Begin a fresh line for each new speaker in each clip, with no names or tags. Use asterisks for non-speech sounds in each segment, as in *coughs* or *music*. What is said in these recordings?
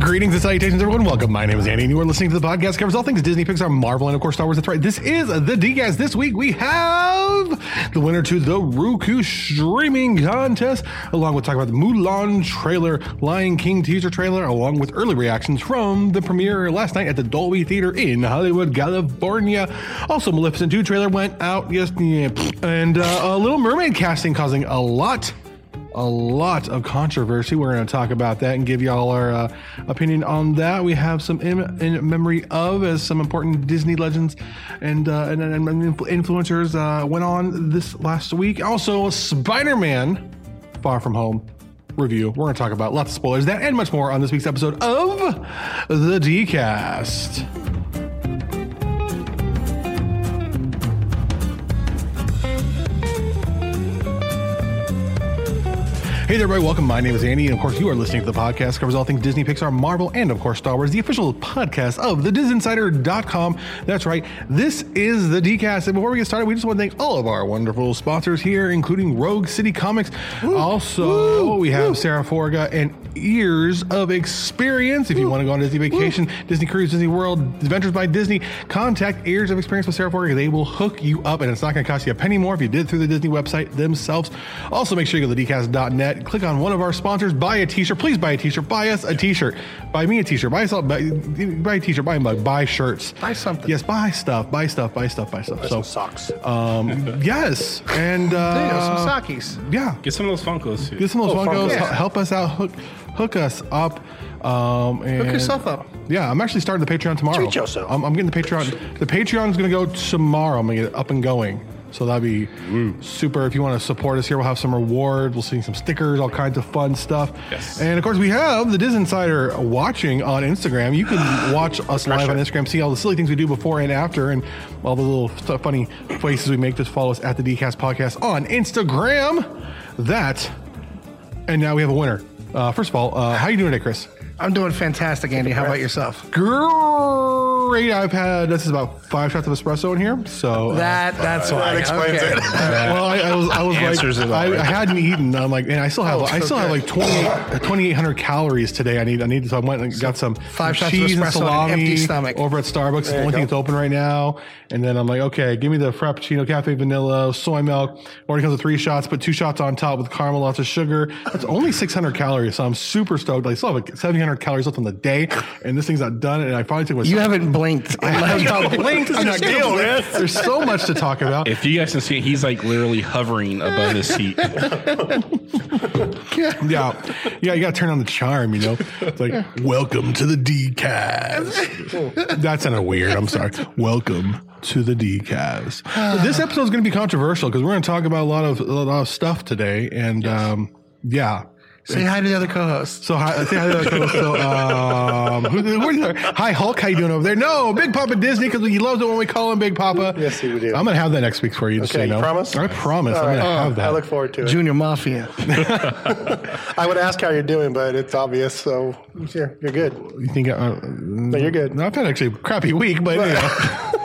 Greetings and salutations, everyone. Welcome. My name is Andy, and you are listening to the podcast covers all things Disney, Pixar, Marvel, and of course Star Wars. That's right. This is the D guys. This week we have the winner to the Roku streaming contest, along with talk about the Mulan trailer, Lion King teaser trailer, along with early reactions from the premiere last night at the Dolby Theater in Hollywood, California. Also, Maleficent 2 trailer went out yesterday, and uh, a Little Mermaid casting causing a lot a lot of controversy. We're going to talk about that and give y'all our uh, opinion on that. We have some in, in memory of as some important Disney legends and uh, and, and influ- influencers uh, went on this last week. Also, Spider-Man: Far From Home review. We're going to talk about lots of spoilers, that and much more on this week's episode of the Dcast. Hey there, everybody. Welcome. My name is Andy, and of course, you are listening to the podcast. covers all things Disney, Pixar, Marvel, and of course, Star Wars, the official podcast of thedisinsider.com. That's right. This is the DCast. And before we get started, we just want to thank all of our wonderful sponsors here, including Rogue City Comics. also, we have Sarah Forga and Years of Experience. If you want to go on Disney vacation, Disney Cruise, Disney World, Adventures by Disney, contact Years of Experience with Sarah Forga. They will hook you up, and it's not going to cost you a penny more if you did it through the Disney website themselves. Also, make sure you go to thedcast.net click on one of our sponsors, buy a t-shirt. Please buy a t-shirt. Buy us a t-shirt. Buy me a t-shirt. Buy us all, buy, buy a t-shirt. Buy a mug. Buy shirts.
Buy something.
Yes, buy stuff. Buy stuff. Buy stuff. Buy stuff. So
socks.
uh,
um, yes, and uh,
*laughs* there you go, some sockies.
yeah,
Get some of those Funkos too.
get some of those
Oh,
Funkos.
Funkos.
Hel- Help us out. Hook, hook us up. Um, and
yourself up.
Yeah, I'm actually starting the Patreon tomorrow.
Treat yourself.
I'm, I'm getting the Patreon. The Patreon's going to go tomorrow. I'm going to get it up and going. So that'd be super. If you want to support us here, we'll have some rewards. We'll see some stickers, all kinds of fun stuff.
Yes.
And of course, we have the Diz Insider watching on Instagram. You can watch us live on Instagram, see all the silly things we do before and after, and all the little stu- funny places we make. Just follow us at the DCast Podcast on Instagram. That and now we have a winner. Uh, first of all, uh, how you doing today, Chris?
I'm doing fantastic, Andy. How about yourself?
Great. I've had this is about five shots of espresso in here, so uh,
That that's why.
That explains
Okay.
it.
well, I, I was, I was
Answers
like,
it all,
I,
right?
I hadn't eaten. I'm like, and I still have,
Oh,
I still have like 28 2,800 calories today. I need, I need. So I went and got some
five shots of
cheese and
espresso on an
salami
empty stomach.
over at Starbucks. It's the only thing that's open right now. And then I'm like, okay, give me the frappuccino, cafe vanilla, soy milk. Already comes with three shots, but two shots on top with caramel, lots of sugar. That's only 600 calories, so I'm super stoked. I still have like 700 calories left on the day, and this thing's not done. And I finally took my.
*laughs* You haven't blinked.
*laughs* I have not blinked. I'm not
deal,
gonna blink.
man?
There's so much to talk about.
If you guys can see, it, he's like literally hovering above his seat.
Yeah, yeah, you got to turn on the charm, you know. It's
*laughs*
like, welcome to the decast. that sounded weird. I'm sorry. Welcome to the
*sighs*
decast. this episode is going to be controversial because we're going to talk about a lot of a lot of stuff today, and um, yeah.
*laughs* Say hi to the other co-hosts.
So hi, say hi to that so, um, who- who are you- hi Hulk, how you doing over there? No, Big Papa Disney because he loves it when we call him Big Papa.
Yes, he would do.
I'm gonna have that next week for you. Just
Okay,
so you
you
know.
promise?
I promise. I'm gonna have that.
I look forward to it.
Junior Mafia.
I would ask how you're doing, but it's obvious, so you're, you're good.
you think? Uh, no,
you're good.
I've had actually a crappy week, but you know.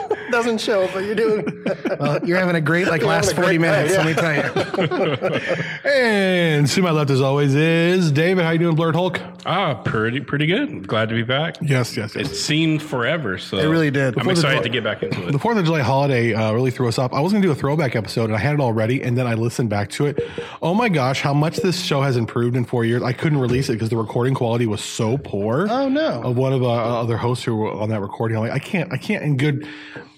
*laughs* Doesn't show, but
*laughs*
you're doing.
Well, you're having a great like last
having a
40
great
minutes.
day,
Let me tell *laughs* you.
And to my left, as always, is David. How you doing, Blurred Hulk?
ah, pretty pretty good. Glad to be back.
Yes, yes,
It seemed forever, so it
really did.
I'm
Before
the
excited
door-
to get back into
The
it.
Fourth of July holiday uh, really threw us off. I was going to do a throwback episode, and I had it all ready, and then I listened back to it. Oh my gosh, how much this show has improved in four years! I couldn't release it because the recording quality was so poor.
Oh, no.
Of one of uh, other hosts who were on that recording, I'm like, I can't, I can't. In good,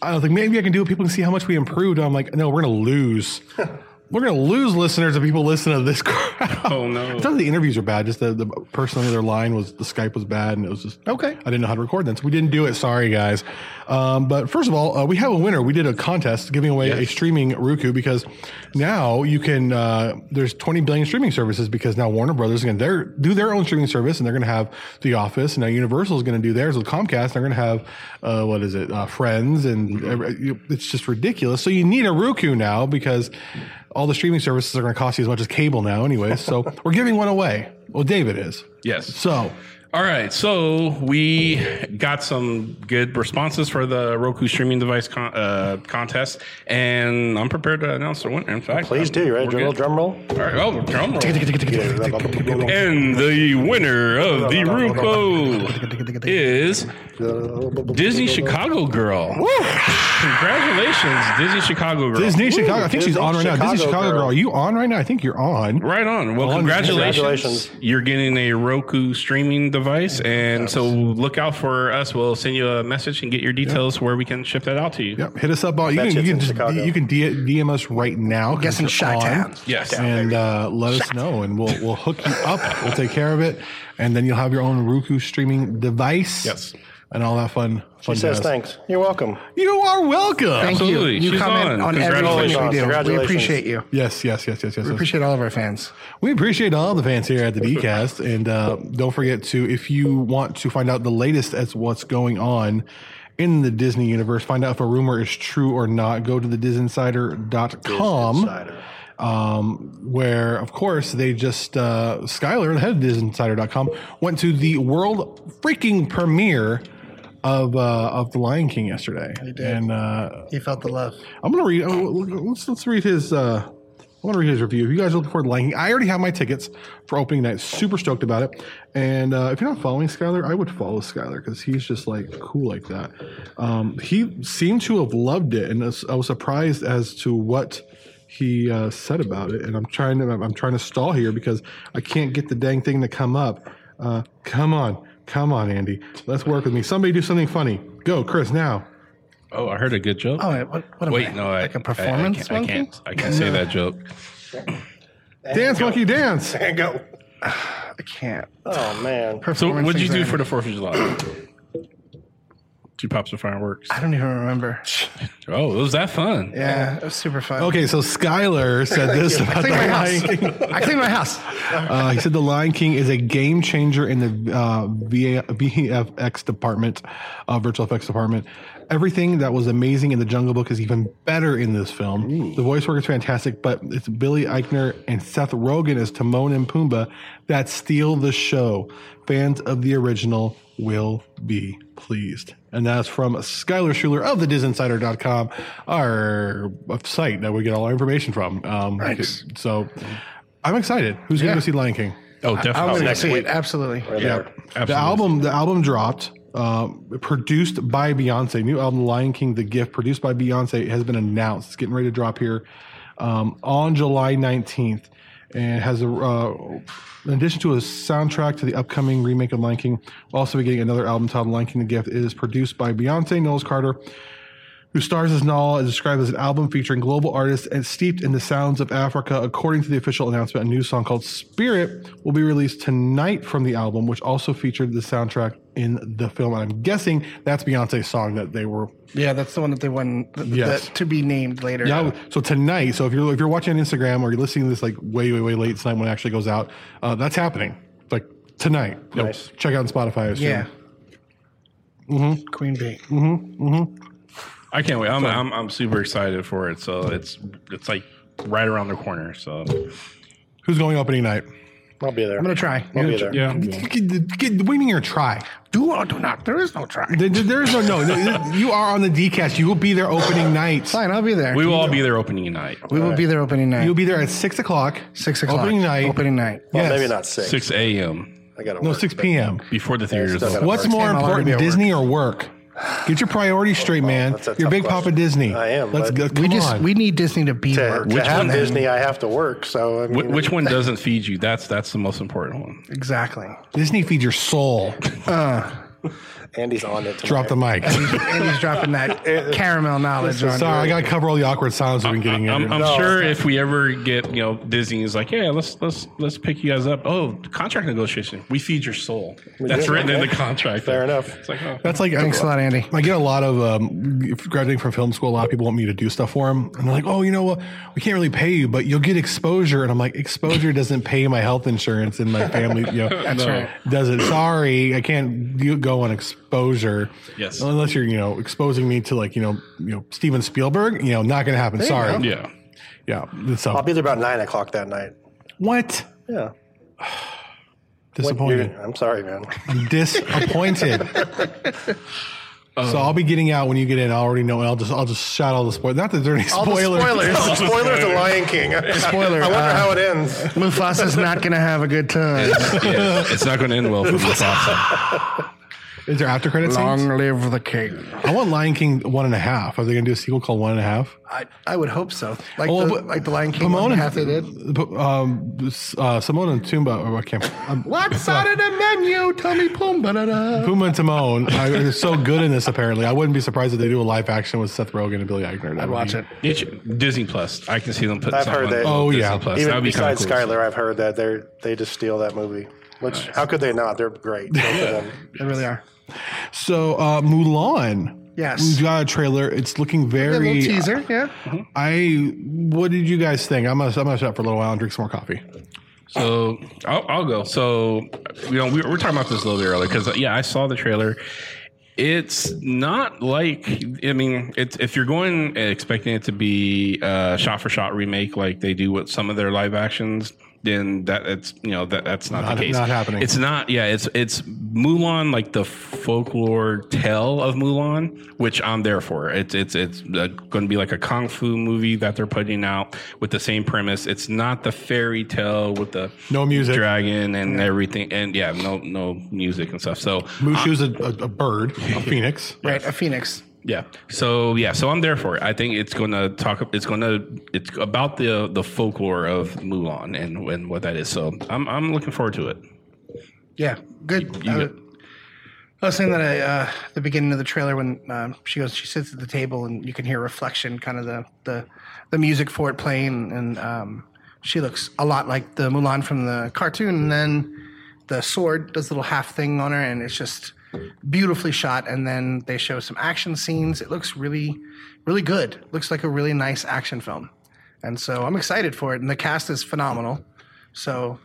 I was like, maybe I can do it. People can see how much we improved. I'm like, no, we're going to
*laughs*
lose. We're gonna lose listeners if people listen to this crap. *laughs*
Oh, no.
It's not that the interviews were bad; just the, the person on their line was the Skype was bad, and it was just
Okay.
I didn't know how to record then, so we didn't do it. Sorry, guys. Um, but first of all, uh, we have a winner. We did a contest giving away a streaming Roku because now you can. Uh, there's 20 billion streaming services because now Warner Brothers going to do their own streaming service, and they're going to have The Office, and now Universal is going to do theirs with Comcast. They're going to have uh, what is it, uh, Friends, and every- you- it's just ridiculous. So you need a Roku now because all the streaming services are going to cost you as much as cable now, anyway.
*laughs*
So we're giving one away. Well, David is.
Yes.
So
All right, so we got some good responses for the Roku streaming device con- uh, contest, and I'm prepared to announce the winner. In fact,
Please do. You ready? Drum roll, drum roll.
All right, oh, drum roll.
Drum
And the winner of the Rupo is Disney Chicago Girl. Congratulations, Disney Chicago Girl.
Disney Chicago. I think she's
Disney
on right now. Disney
Chicago
Chicago girl.
Girl.
Are you on right now? I think you're on.
Right on. Well, congratulations.
Congratulations.
You're getting a Roku streaming device. And so look out for us. We'll send you a message and get your details where we can ship that out to you.
Yep. Hit us up. All, you
Bet
can,
you
you
it's
can,
in
just,
Chicago.
you can D- DM us right now. 'cause
Guessing
you're
Chi-Town.
on.
Yes.
And uh, let us know, and we'll we'll hook you up. We'll take care of it, and then you'll have your own Roku streaming device.
Yes.
and all that fun. fun
He says
jazz.
thanks. You're welcome.
You are welcome.
Thank you.
Absolutely.
You
She's
comment
on.
on, everything we
Congratulations.
do. We
Congratulations.
appreciate you.
Yes, yes, yes, yes, yes.
We
yes.
appreciate all of our fans.
We appreciate all the fans here at the DCast, and uh, don't forget to if you want to find out the latest as what's going on in the Disney universe, find out if a rumor is true or not. Go to the disinsider.com, um, where of course they just uh, Skyler, the head of disinsider.com, went to the world freaking premiere of uh, of the Lion King yesterday, and uh,
He felt the love.
I'm gonna read. oh, Let's let's read his. Uh, I want to read his review. If you guys are looking forward to liking, I already have my tickets for opening night. Super stoked about it. And uh, if you're not following Skylar, I would follow Skylar because he's just like cool like that. Um, he seemed to have loved it, and I was surprised as to what he uh, said about it. And I'm trying to I'm trying to stall here because I can't get the dang thing to come up. Uh, come on, come on, Andy, let's work with me. Somebody do something funny. Go, Chris, now.
Oh, I heard a good joke.
Oh, wait, what, what am I?
Wait, no, I,
like
I-
a performance
I, can't, I
monkey?
can't. I can't say that joke.
Dance, monkey, dance.
And go.
I can't.
Oh man.
So,
Performance
what did you do
anxiety.
for the Fourth of July? Two pops of fireworks.
I don't even remember.
Oh, it was that fun.
Yeah, it was super fun.
Okay, so Skyler said this about the
Clean my
Lion
house.
King.
I cleaned my house.
Uh, he said the Lion King is a game changer in the uh, VA, VFX department, uh, virtual effects department. Everything that was amazing in the Jungle Book is even better in this film. The voice work is fantastic, but it's Billy Eichner and Seth Rogen as Timon and Pumbaa that steal the show. Fans of the original will be pleased. And that's from Skylar Schuler of the disinsider.com, our site that we get all our information from. Um, So I'm excited. Who's going to go see Lion King?
Oh,
I'm
definitely.
going to see it. Absolutely.
Yeah.
The album, the album dropped, uh, produced by Beyonce. New album, Lion King: The Gift, produced by Beyonce, has been announced. It's getting ready to drop here um, on July 19th, and has a. Uh, in addition to a soundtrack to the upcoming remake of Lion King, we'll also be getting another album titled Lion King: The Gift. It is produced by Beyonce, Knowles Carter, who stars as Nala, is described as an album featuring global artists and steeped in the sounds of Africa. According to the official announcement, a new song called Spirit will be released tonight from the album, which also featured the soundtrack in the film. And I'm guessing that's Beyonce's song that they were.
Yeah, that's the one that they won. th-
Yes.
that- to be named later.
Yeah. So tonight, so if you're if you're watching on Instagram or you're listening to this like way way way late tonight when it actually goes out, uh, that's happening like tonight. So Check out on Spotify. I assume.
Yeah. Mm-hmm. Queen Bee.
I can't wait. I'm, I'm I'm super excited for it. So it's it's like right around the corner. So
Who's going opening night?
I'll be there.
I'm going to try.
I'll be
*laughs*
there.
yeah,
Get, get, what do you mean you're a try?
Do or do not. There is no try.
There- there- There is no, no,
*laughs*
no. You are on the DCast. You will be there opening night.
Fine, I'll be there.
we will all be there opening night.
We will be there opening night.
You'll be there at six o'clock.
Six o'clock.
Opening night.
Opening night.
Well,
Yes.
maybe not six.
Six a.m.
I got
No, six p.m.
before the theater is
still
open.
gotta-
What's more
Same, I'll
important,
already be at work.
Disney or work? Get your priorities straight, man.
that's a
You're
tough
Big
question.
Papa Disney.
I am,
Let's
but-
go. Come
we just
on.
we need Disney to be
To,
there.
to have
one?
Disney, I have to work. So I
Wh-
mean,
Which one doesn't feed you? That's that's the most important one.
Exactly.
Disney feed your soul.
Andy's on it. Tonight.
Drop the mic.
*laughs* And he's dropping that caramel knowledge on
Sorry, I
you.
gotta cover all the awkward sounds we've been getting in.
I'm, I'm sure if we ever get you know Disney is like, yeah, let's let's let's pick you guys up. Oh, contract negotiation. We feed your soul. That's
do,
written in the
okay.
contract.
Fair enough.
It's like, oh.
That's like
Thanks a lot, Andy.
I get a lot of um, if graduating from film school. A lot of people want me to do stuff for them, and they're like, "Oh, you know what? We can't really pay you, but you'll get exposure." And I'm like, "Exposure *laughs* doesn't pay my health insurance and my family. You know,
*laughs*
That's
right.
Does it? Sorry, I can't do- go on exposure.
Yes.
unless you're you know exposing me to like you know you know Steven Spielberg. You know, not going to happen. Sorry.
Yeah.
Yeah. So
I'll be there about nine o'clock that night.
what?
Yeah.
Disappointed.
I'm sorry, man.
*laughs*
disappointed. so I'll be getting out when you get in. I already know. and I'll just I'll just shout all the spoilers. Not that there are any
All the
spoilers.
*laughs* spoilers. Spoiler to Lion King.
Spoiler,
I wonder
uh,
how it ends.
Mufasa's not gonna have a good time.
Yeah, it's not going to end well
*laughs*
for Mufasa.
Is there after credits?
Long
scenes?
live the king.
I want Lion King one and a half. Are they going to do a sequel called One and a Half?
I, I would hope so. Like
Oh,
the,
but-
like the Lion King
Pomona
one
and-
half they did.
P- Um, s- uh, Simone and Pumbaa. Or I can't.
*laughs*
Um,
What's on the menu? Tell me, boom, ba-da-da.
Pumbaa and Timon are are so good in this. Apparently, I wouldn't be surprised if they do a live action with Seth Rogen and Billy Eichner. That would
I'd watch
be-
it.
You should- Disney Plus. I can see them putting
I've
something
heard that.
on
Oh,
Disney
yeah.
Plus.
Even
That'd be kinda
besides
cool.
Skyler, I've heard that they they just steal that movie. Which how could they not? They're great. both of them.
They really are.
So uh, Mulan.
Yes.
we got a trailer. It's looking
A
very
little teaser, yeah.
I. What did you guys think? I'm gonna I'm gonna shut for a little while and drink some more coffee.
So I'll, I'll go. So you know we, were- we were talking about this a little bit earlier because yeah, I saw the trailer. It's not like I mean, it's if you're going expecting it to be a shot for shot remake like they do with some of their live actions, then that it's you know that that's not,
Not-
the case.
not happening.
It's not. Yeah, it's it's Mulan like the folklore tale of Mulan, which I'm there for. It's it's it's uh, going to be like a kung fu movie that they're putting out with the same premise. It's not the fairy tale with the
No music.
dragon and everything, and yeah, no no music and stuff. So
Mushu's a, a, a bird,
*laughs*
a phoenix.
Right, a phoenix.
yeah. So yeah, so I'm there for it. I think it's going to talk. It's going to it's about the the folklore of Mulan and and what that is. So I'm I'm looking forward to it.
Yeah, good.
You
I,
get-
I was saying that I, uh, the beginning of the trailer when um, she goes, she sits at the table and you can hear reflection, kind of the the, the music for it playing, and um, she looks a lot like the Mulan from the cartoon. And then the sword does a little half thing on her, and it's just beautifully shot. And then they show some action scenes. It looks really, really good. Looks like a really nice action film, and so I'm excited for it. And the cast is phenomenal. So,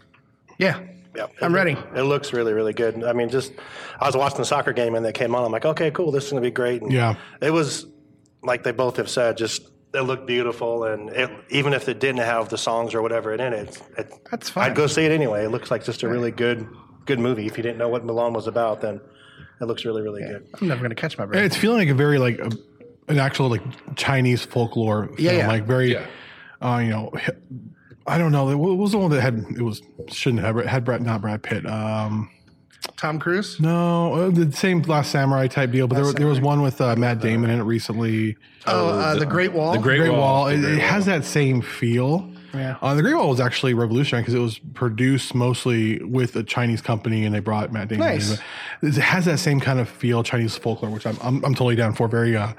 yeah,
Yep.
I'm ready.
It looks really, really good. I mean, just I was watching the soccer game and they came on. I'm like, okay, cool, this is gonna be great. And
Yeah.
it was like they both have said, just it looked beautiful, and it, even if it didn't have the songs or whatever in it, it
That's fine.
I'd go see it anyway. It looks like just a really good, good movie. If you didn't know what Milan was about, then it looks really, really good.
I'm never gonna catch my breath.
It's feeling like a very like a, an actual like Chinese folklore film,
yeah.
like very, uh, you know, hi- I don't know. What was the one that had it was shouldn't have it had Brad not Brad Pitt. Um,
Tom Cruise.
no, uh, the same Last Samurai type deal, but there, there was one with uh, Matt Damon in it recently.
Oh, uh, the, Great Wall.
The Great,
Great
Wall.
Wall.
The
It,
Great
it
Wall.
has that same feel.
Yeah.
Uh, the Great Wall was actually revolutionary because it was produced mostly with a Chinese company, and they brought Matt Damon. in.
Nice.
It has that same kind of feel, Chinese folklore, which I'm I'm, I'm totally down for. Very, uh,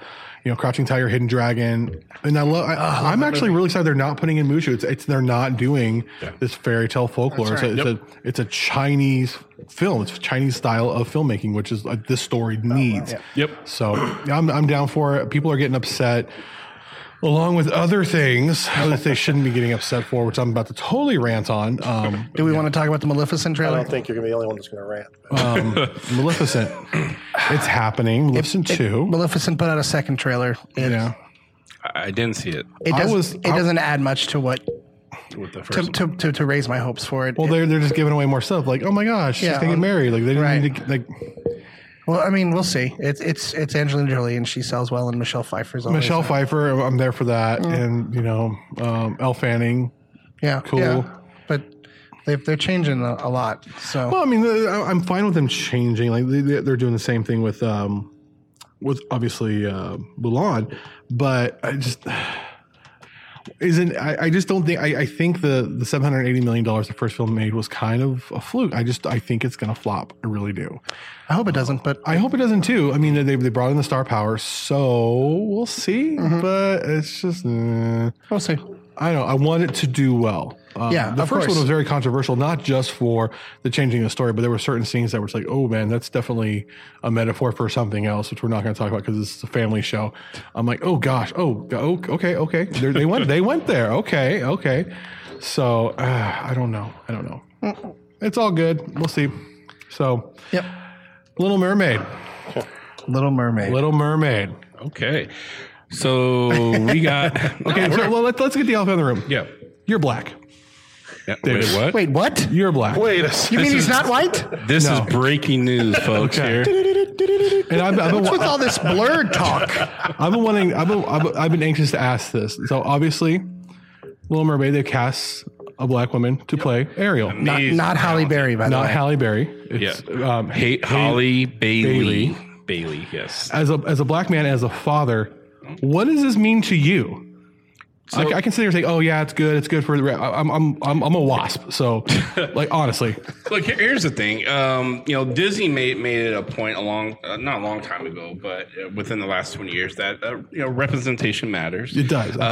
you know, Crouching Tiger, Hidden Dragon, and I love. Ah, I, I'm actually really excited they're not putting in Mushu. It's, it's they're not doing this fairy tale folklore.
That's
It's, a, it's a it's a Chinese film. It's a Chinese style of filmmaking, which is uh, this story needs.
Yep.
So yeah, I'm I'm down for it. People are getting upset along with other things that they shouldn't be getting upset for, which I'm about to totally rant on. Um,
Do we want to talk about the Maleficent
I
trailer?
don't think you're gonna be the only one that's gonna rant. but-
Maleficent, it's happening. Maleficent two.
Maleficent put out a second trailer. It,
Yeah,
I I didn't see it
it
I
doesn't.
was-
it
I-
doesn't add much to what
with the
to,
first.
to, to, to raise my hopes for it.
well,
Well,
they're they're just giving away more stuff. Like, oh my gosh, she's
Yeah,
gonna get
um,
married. Like, they didn't
right.
need to like
I mean, we'll see. It's it's it's Angelina Jolie and she sells well, and Michelle Pfeiffer's always,
Michelle Pfeiffer. I'm there for that,
Mm.
and you know, um, Elle Fanning.
Yeah,
cool.
yeah. but they they're changing a, a lot. So
Well, I mean, the- I- I'm fine with them changing. Like they- they- they're doing the same thing with um, with obviously uh, Mulan, but I just *sighs* isn't. I, I just don't think. I, I think the the 780 million dollars the first film made was kind of a fluke. I just I think it's gonna flop. I really do.
I hope it doesn't. But
I hope it doesn't too. I mean, they they brought in the star power, so we'll see.
Mm-hmm.
But it's just. eh.
we'll see.
I know. I want it to do well. Um,
Yeah,
the
of
first
course.
one was very controversial, not just for the changing of the story, but there were certain scenes that were just like, "Oh man, that's definitely a metaphor for something else," which we're not going to talk about because this is a family show. I'm like, "Oh gosh, oh, go- oh okay, okay." They're, they went, they went there. Okay, okay. So uh, I don't know. I don't know. It's all good. We'll see. So,
Yep.
Little Mermaid.
Little Mermaid.
Little Mermaid.
Okay. So
*laughs*
we got
Okay,
okay.
so well, let's, let's get the elephant in the room.
Yeah.
You're black.
yeah.
David.
Wait, what?
Wait, what?
You're black.
Wait a second.
You mean he's
is-
not white?
This is breaking news, folks. Here,
And I've, I've, been,
What's with all this blurred talk?
I've been wanting, I've been, I've, I've been anxious to ask this. So obviously, Little Mermaid, they cast a black woman to play Ariel, not,
Not, not Halle Berry, by the way.
Halle Berry.
yeah.
It's, um,
Hey, Holly Bailey.
Bailey.
Bailey. Yes.
as a as a black man, as a father, what does this mean to you? I, I can sit here and say, "Oh yeah, it's good. It's good for the." re- I- I'm I'm I'm, I'm a wasp, so like honestly,
Look, here- here's the thing. Um, you know, Disney made made it a point a long, uh, not a long time ago, but uh, within the last 20 years that uh, you know representation matters.
It does, absolutely.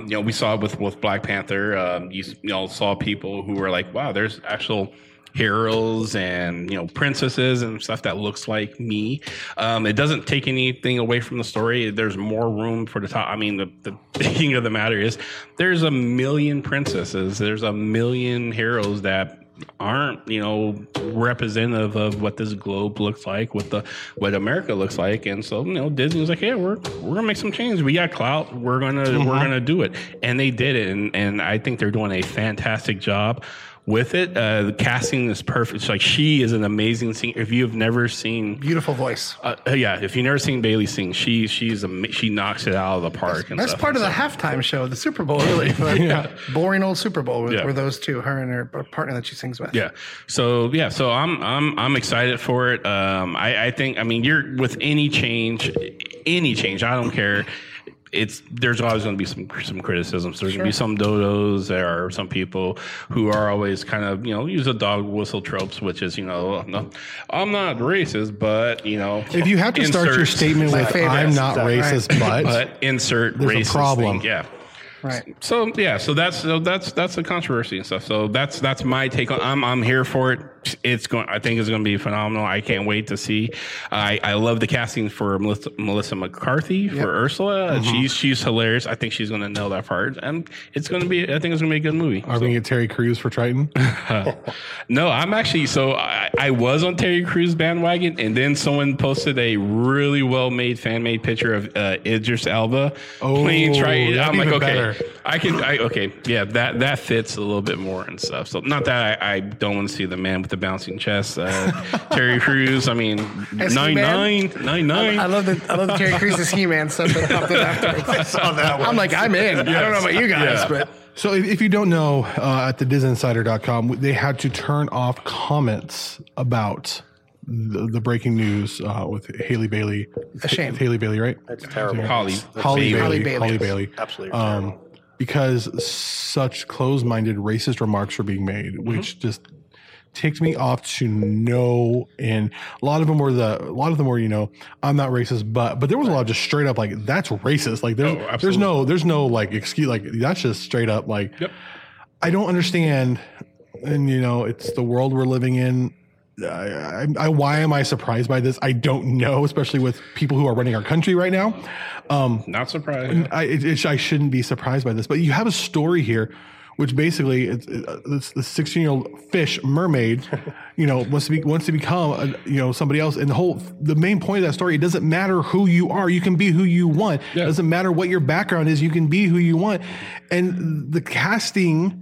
Um, you know, we saw it with with Black Panther. Um, you, s- you know, saw people who were like, "Wow, there's actual." Heroes and you know princesses and stuff that looks like me. Um, it doesn't take anything away from the story. There's more room for the top. I mean, the, the *laughs* thing of the matter is, there's a million princesses. There's a million heroes that aren't you know representative of what this globe looks like what the what america looks like and so you know disney was like yeah we're we're gonna make some changes we got clout we're gonna we're
Uh-huh.
gonna do it and they did it and and i think they're doing a fantastic job with it uh the casting is perfect It's like she is an amazing singer if you've never seen
Beautiful voice.
uh, yeah if you've never seen bailey sing she she's a she knocks it out of the park and
That's
stuff.
part of the halftime show of the Super Bowl, *laughs* really. Boring old Super Bowl with,
Yeah.
were those two, her and her partner that she sings with.
Yeah. So yeah. So I'm I'm I'm excited for it. Um, I I think I mean you're with any change, any change. I don't care. It's there's always going to be some some criticisms. There's going to be some dodos. There are some people who are always kind of you know use the dog whistle tropes, which is you know no, I'm not racist, but you know
if you have to start your
insert-
statement
My
with
favorite.
"I'm not
Right.
racist," but,
but insert
There's a
racist
problem.
thing. Yeah.
Right.
So yeah, so that's so that's that's the controversy and stuff. So that's that's my take on. I'm I'm here for it. It's going. I think it's going to be phenomenal. I can't wait to see. I I love the casting for Melissa, Melissa McCarthy for Ursula. She's she's hilarious. I think she's going to nail that part, and it's going to be. I think it's going to be a good movie.
are we gonna get Terry Crews for Triton?
No, I'm actually so I, I was on Terry Crews bandwagon, and then someone posted a really well made fan made picture of uh, Idris Elba
Oh,
playing Triton.
that's
I'm like,
even
okay,
better.
I can, I, okay, yeah, that that fits a little bit more and stuff. So not that I, I don't want to see the man with the bouncing
*laughs*
chest, uh, Terry Crews. I mean,
As
nine
He-Man?
nine nine nine.
I love the I love the Terry *laughs* Crews' He Man stuff that popped in afterwards. *laughs* I saw that one. I'm like, I'm in. I don't know about you guys,
Yeah.
but
*laughs* So if, if you don't know, uh, at the disinsider.com, they had to turn off comments about the, the breaking news uh, with Haley Bailey.
a shame.
Haley Bailey, right?
That's terrible.
Holly,
Holly Bailey.
Bailey.
Holly
Holly
Bailey.
Bailey.
Absolutely
Um, because such closed-minded racist remarks were being made,
Mm-hmm.
which just ticked me off to no end. A lot of them were the a lot of them were you know I'm not racist, but but there was a lot of just straight up like that's racist. Like there's
Oh,
there's no there's no like excuse like that's just straight up like
Yep.
I don't understand, and you know it's the world we're living in. I, I, I why am I surprised by this? I don't know, especially with people who are running our country right now. Um,
Not surprised.
I, it, it, I shouldn't be surprised by this, but you have a story here, which basically it's, uh, it's the 16 year old fish mermaid, you know, wants to be wants to become a, you know somebody else. And the whole the main point of that story, it doesn't matter who you are, you can be who you want. It doesn't matter what your background is, you can be who you want. And the casting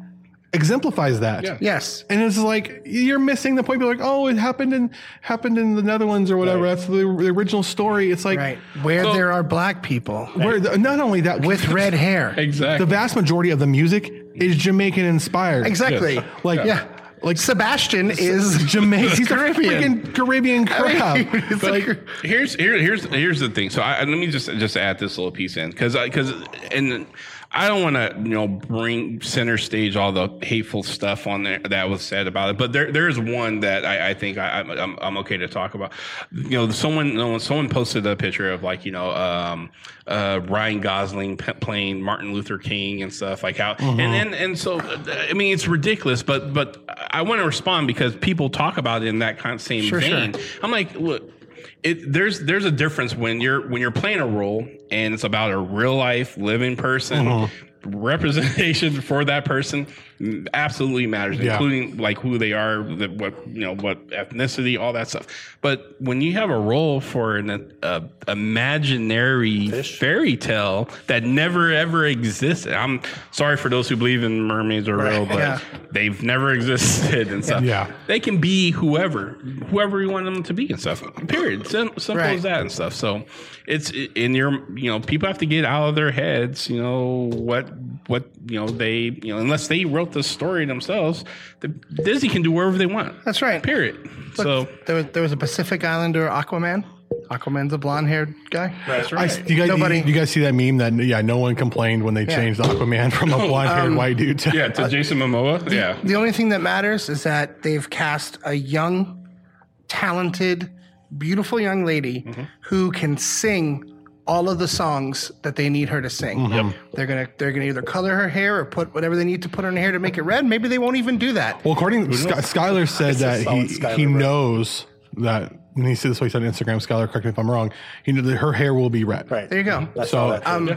exemplifies that.
Yeah.
Yes.
And it's like you're missing the point. You're like, oh, it happened in happened in the Netherlands or whatever. That's the, the original story. It's like
Right. Where there are black people
where the, not only that
with red *laughs* hair.
Exactly.
the vast majority of the music is Jamaican inspired.
Exactly.
Like
yeah.
yeah. Like
Sebastian *laughs* is
Jamaican. He's a
Caribbean.
freaking Caribbean crab.
It's like-
Like,
here's here, here's here's the thing. So I, I- let me just just add this little piece in because because and I don't want to you know bring center stage all the hateful stuff on there that was said about it, but there there is one that I, I think I, I'm, I'm I'm okay to talk about. You know, someone you know, someone posted a picture of like you know um, uh, Ryan Gosling p- playing Martin Luther King and stuff like how and and and so uh, I mean it's ridiculous, but but I want to respond because people talk about it in that kind of same vein. I'm like look it there's there's a
Uh-huh.
difference when you're when you're playing a role and it's about a real life living person representation *laughs* for that person absolutely matters,
Yeah.
including like who they are, the, what you know, what ethnicity, all that stuff. But when you have a role for an uh, imaginary fairy tale that never ever existed, I'm sorry for those who believe in mermaids are real, but
Yeah.
they've never existed and stuff.
Yeah.
they can be whoever, whoever you want them to be and stuff. Period. Sim- simple
Right.
as that and stuff. So it's in your you know people have to get out of their heads you know what what you know they you know unless they wrote the story themselves, the, Disney can do whatever they want.
That's right.
Period. so
There was, there was a Pacific Islander Aquaman. Aquaman's a blonde haired guy.
that's
I,
right.
you guys,
Nobody-
you, you guys see that meme that yeah, no one complained when they changed Aquaman *laughs* from a blonde-haired white dude to
yeah, to Jason Momoa. yeah.
The only thing that matters is that they've cast a young, talented, beautiful young lady
Mm-hmm.
who can sing all of the songs that they need her to sing.
Mm-hmm.
They're gonna they're gonna either color her hair or put whatever they need to put on her hair to make it red. Maybe they won't even do that.
Well, according to Sky, Skyler said that he,
solid Skyler,
he
bro.
knows that, and he said this what he said on Instagram. Skyler, correct me if I'm wrong. He knew that her hair will be red.
Right.
There you go.
So-
I saw that.
Um,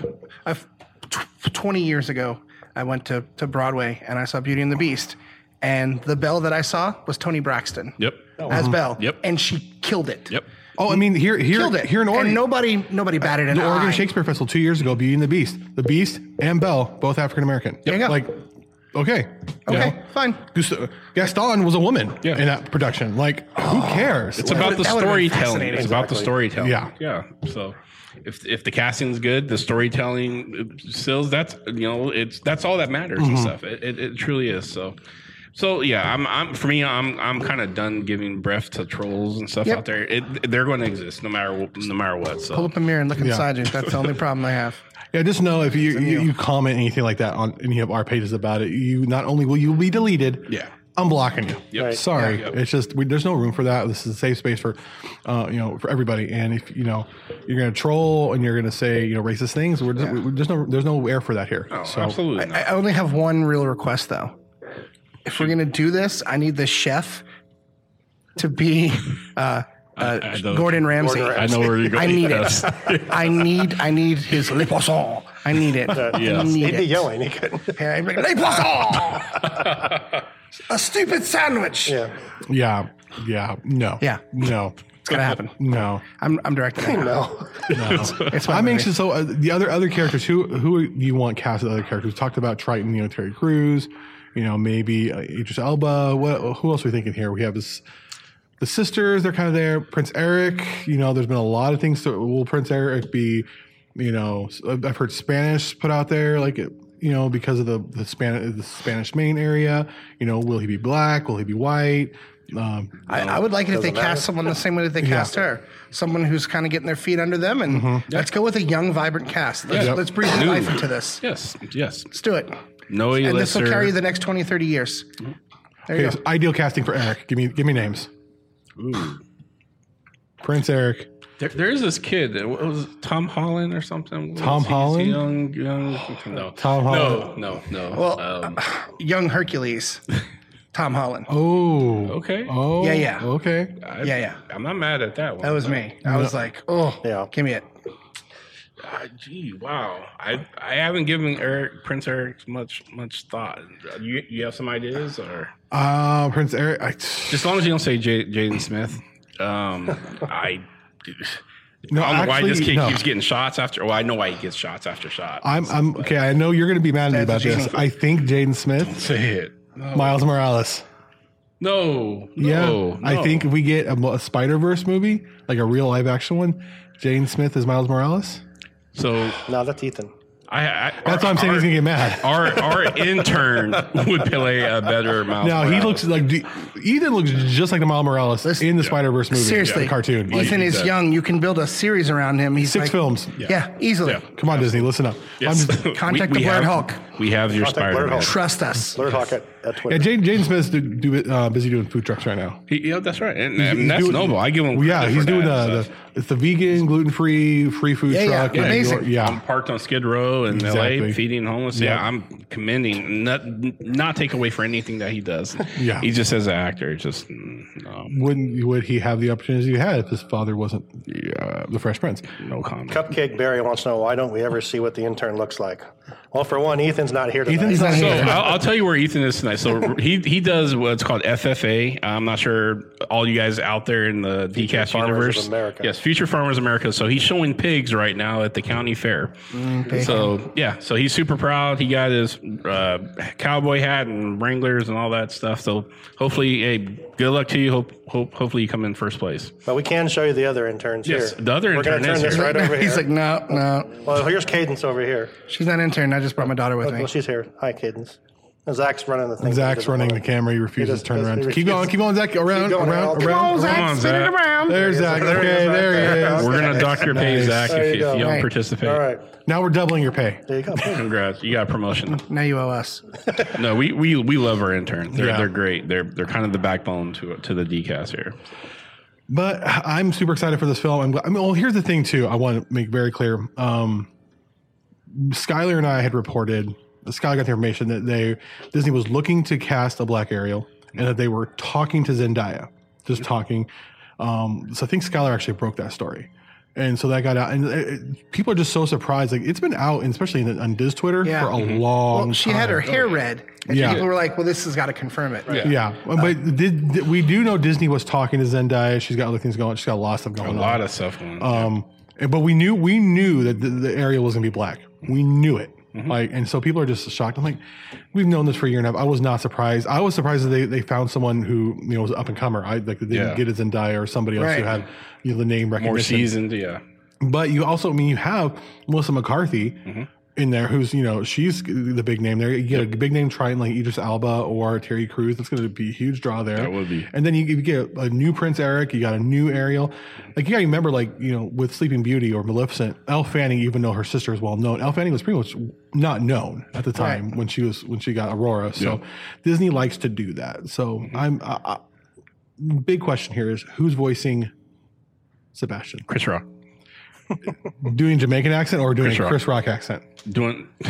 I've, tw- 20 years ago, I went to, to Broadway and I saw Beauty and the Beast. And the bell that I saw was Tony Braxton
Yep.
Mm-hmm.
as Belle.
Yep.
And she killed it.
Yep.
Oh, I mean, here, here,
Killed it.
here in Oregon,
And nobody, nobody batted an
the Oregon
eye.
Shakespeare Festival two years ago, Beauty and the Beast, the Beast and Belle, both African American.
There you go.
Like, okay,
Okay,
You know,
fine.
Gust- Gaston was a woman
Yeah.
in that production. Like,
*sighs*
who cares?
It's about the
that would've been
storytelling.
fascinating.
It's about the
Exactly.
storytelling.
Yeah.
yeah. So, if if the casting's good, the storytelling uh, stills. That's you know, it's that's all that matters and stuff. It, it, it truly is. So, so yeah, I'm I'm for me, I'm I'm kind of done giving breath to trolls and stuff
Yep.
out there. It, they're going to exist no matter wh- no matter what.
Pull
So
up a mirror and look inside you. That's the only problem I
*laughs*
have.
Yeah, just know if you, you, you comment anything like that on any of our pages about it, you not only will you be deleted,
Yeah.
I'm blocking you.
Yep. Right.
Sorry,
Yeah.
it's just we, there's no room for that. This is a safe space for, uh, you know, for everybody. And if you know you're gonna troll and you're gonna say you know racist things, we're, just we, there's no there's no air for that here. so
Oh, absolutely. not.
I only have one real request though. If we're gonna do this, I need the chef to be uh, uh,
I know-
Gordon Ramsay.
Gordon
I know where you're
I
going.
need
Yes.
it. *laughs* I need I need his le poisson. I need
*laughs*
it. I
Yes.
need
He'd be
it.
yelling. He couldn't.
Yeah, I'd be like, le poisson.
*laughs*
A stupid sandwich.
Yeah.
yeah, yeah, no,
Yeah.
no,
It's gonna happen.
no.
I'm I'm *laughs* directing it.
No.
It's my
I'm
movie.
anxious. So uh, the other other characters, who who do you want cast as other characters? We talked about Triton, you know, Terry Crews, you know, maybe uh, Idris Elba. What who else are we thinking here? We have this the sisters. They're kind of there. Prince Eric. You know, there's been a lot of things. To, will Prince Eric be? You know, s- I've heard Spanish put out there, like it- you know, because of the the Spanish the Spanish main area. You know, will he be black? Will he be white? Um,
I, I would like it if they cast someone the same way that they cast her, someone who's kind of getting their feet under them, and let's go with a young, vibrant cast. Let's,
Yeah.
let's breathe new life into this.
yes, yes.
Let's do it.
No,
And this will carry the next 20, 30 years. There
okay,
you
so
go.
ideal casting for Eric. Give me give me names. Prince Eric.
There, there is this kid. It was Tom Holland or something. What
Tom
was he? He's
Holland?
Young, young. No.
Tom Holland.
No, no, no.
Well,
um,
*sighs* Young Hercules, Tom Holland.
Oh.
okay.
Oh.
Yeah, yeah.
Okay.
I,
yeah, yeah.
I'm not mad at that one.
That was me. I was like, oh,
Yeah.
give me it.
Ah, gee, wow. I I haven't given Eric Prince Eric much much thought. You you have some ideas or
Uh, Prince Eric. I,
just as long as you don't say J, Jaden Smith. Um, I.
*laughs* no,
I don't know why this
actually,
kid
no.
keeps getting shots after. Well, I know why he gets shots after shot.
I'm, I'm okay. I know you're going to be mad at me about
That's a
this.
genius.
I think Jaden Smith,
Say it.
Miles Morales.
No.
Yeah,
no,
I
Oh, no.
think if we get a, Spider Verse movie, like a real live action one, Jaden Smith is Miles Morales.
so.
No, that's Ethan.
I, I
That's why I'm saying he's going to get mad.
our our
*laughs*
intern would play a better Miles.
Now he looks
Morales.
like do- Ethan looks just like the Miles Morales in the Spider Verse movie,
Seriously.
the cartoon. Like,
Ethan is
that.
young. You can build a series around him. He's
six
like-
films.
Yeah, easily.
Yeah.
Come on, Disney, listen up.
Yes.
I'm
*laughs*
just,
Contact the
have,
Blurred Hulk.
We have your
Contact Blurred
Spider Man.
Hulk.
Trust us.
Blurred Hawk at, at
yeah,
Twitter.
Jaden Jaden Smith's do, do, uh, busy doing food trucks right now.
Yeah, that's right, and, and that's
doing-
noble. I give him.
Well, yeah,
credit
he's
for
doing
that.
uh,
So,
the it's the vegan, gluten free, free food
Yeah, yeah,
truck. in New
amazing.
York.
I'm
Yeah,
parked on Skid Row in
Exactly.
L.A. feeding homeless.
Yeah.
Yeah, I'm commending. Not not take away for anything that he does.
Yeah.
he just as an actor. it's Just mm, no,
wouldn't would he have the opportunities he had if his father wasn't uh, the Fresh Prince?
no comment.
Cupcake Barry wants to know why don't we ever see what the intern looks like? Well, for one, Ethan's not here tonight.
Ethan's not
So
here.
I'll, I'll tell you where Ethan is tonight. So he he does what's called FFA. I'm not sure all you guys out there in the DCast
Farmers of
universe.
America.
Yes, Future Farmers America. So he's showing pigs right now at the county fair. so yeah, so he's super proud. He got his uh, cowboy hat and Wranglers and all that stuff. So hopefully, hey, good luck to you. Hope hope hopefully you come in first place.
But we can show you the other interns
Yes,
here.
the other
We're gonna
intern is
turn this
here.
right
*laughs*
over
He's
here.
like, no, no.
well, here's Cadence over here.
She's not intern. I just brought my daughter with me.
Oh, Well, she's here. Hi, Cadence. And Zach's running the thing.
Zach's running the camera. He refuses
just-
to turn
he
around. Keep
refuses.
going, keep going, Zach. Around,
going,
around,
Al.
around.
Come on, Zach.
There's Zach.
There he is,
Okay,
right
there
there.
he is.
We're gonna dock your pay,
Nice.
Zach,
There
if,
you
if
go.
you don't
Right.
participate.
All right.
Now we're doubling your pay.
There you go.
Congrats, you got a promotion.
Now you owe us.
No, we, we we love our interns. They're
Yeah.
they're great. They're they're kind of the backbone to to the decast here.
But I'm super excited for this film. I'm, gl- I mean, well, here's the thing too. I want to make very clear. Um, Skyler and I had reported. Skyler got the information that they Disney was looking to cast a Black Ariel, and that they were talking to Zendaya, just talking. Um, so I think Skyler actually broke that story, and so that got out. And it, it- people are just so surprised. Like it's been out, and especially in, on Diz Twitter
Yeah.
for a
Mm-hmm.
long.
Well, she
time.
had her hair red, and
Yeah.
people were like, "Well, this has got to confirm it." Right.
Yeah, but did, did- we do know Disney was talking to Zendaya. She's got other things going. She's got a lot of stuff going
A
on.
lot of stuff going. on.
Um, and- but we knew we knew that the, the area was gonna be black. We knew it.
Mm-hmm.
Like, and so people are just shocked. I'm like, we've known this for a year and a half. I was not surprised. I was surprised that they, they found someone who you know was up and comer. I like they didn't
Yeah.
get a Zendaya or somebody else who
Right.
had you know, the name recognition.
More seasoned, yeah.
But you also, I mean, you have Melissa McCarthy
Mm-hmm.
in there, who's you know she's the big name there. You get a big name trying like Idris Alba or Terry Crews. That's going to be a huge draw there.
That would be.
And then you, you get a new Prince Eric. You got a new Ariel. Like you got to remember, like you know, with Sleeping Beauty or Maleficent, Elle Fanning, even though her sister is well known, Elle Fanning was pretty much not known at the time when she was when she got Aurora. So Disney likes to do that. So
Mm-hmm.
I'm. I, I, Big question here is who's voicing Sebastian?
Chris Rock
doing Jamaican accent or doing
Chris
a
Rock.
Chris Rock accent?
doing *coughs*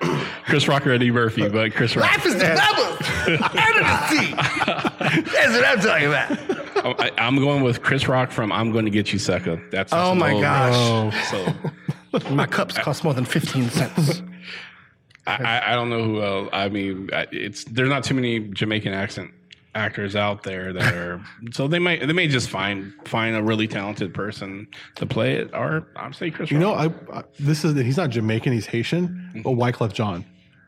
Uh, Chris Rock or Eddie Murphy, but Chris Rock.
Life is the *laughs* bubble under the sea. That's what I'm talking about.
I, I'm going with Chris Rock from "I'm Going to Get You, Sucker." That's
Oh
that's
my
old-
gosh.
So
My cups cost more than fifteen cents.
I, I- I don't know who else. I mean, I- it's there's not too many Jamaican accent actors out there that are. so they might they may just find find a really talented person to play it. Or I'm saying Chris.
You
Rock.
know, I, I this is he's not Jamaican, he's Haitian, but Wyclef John.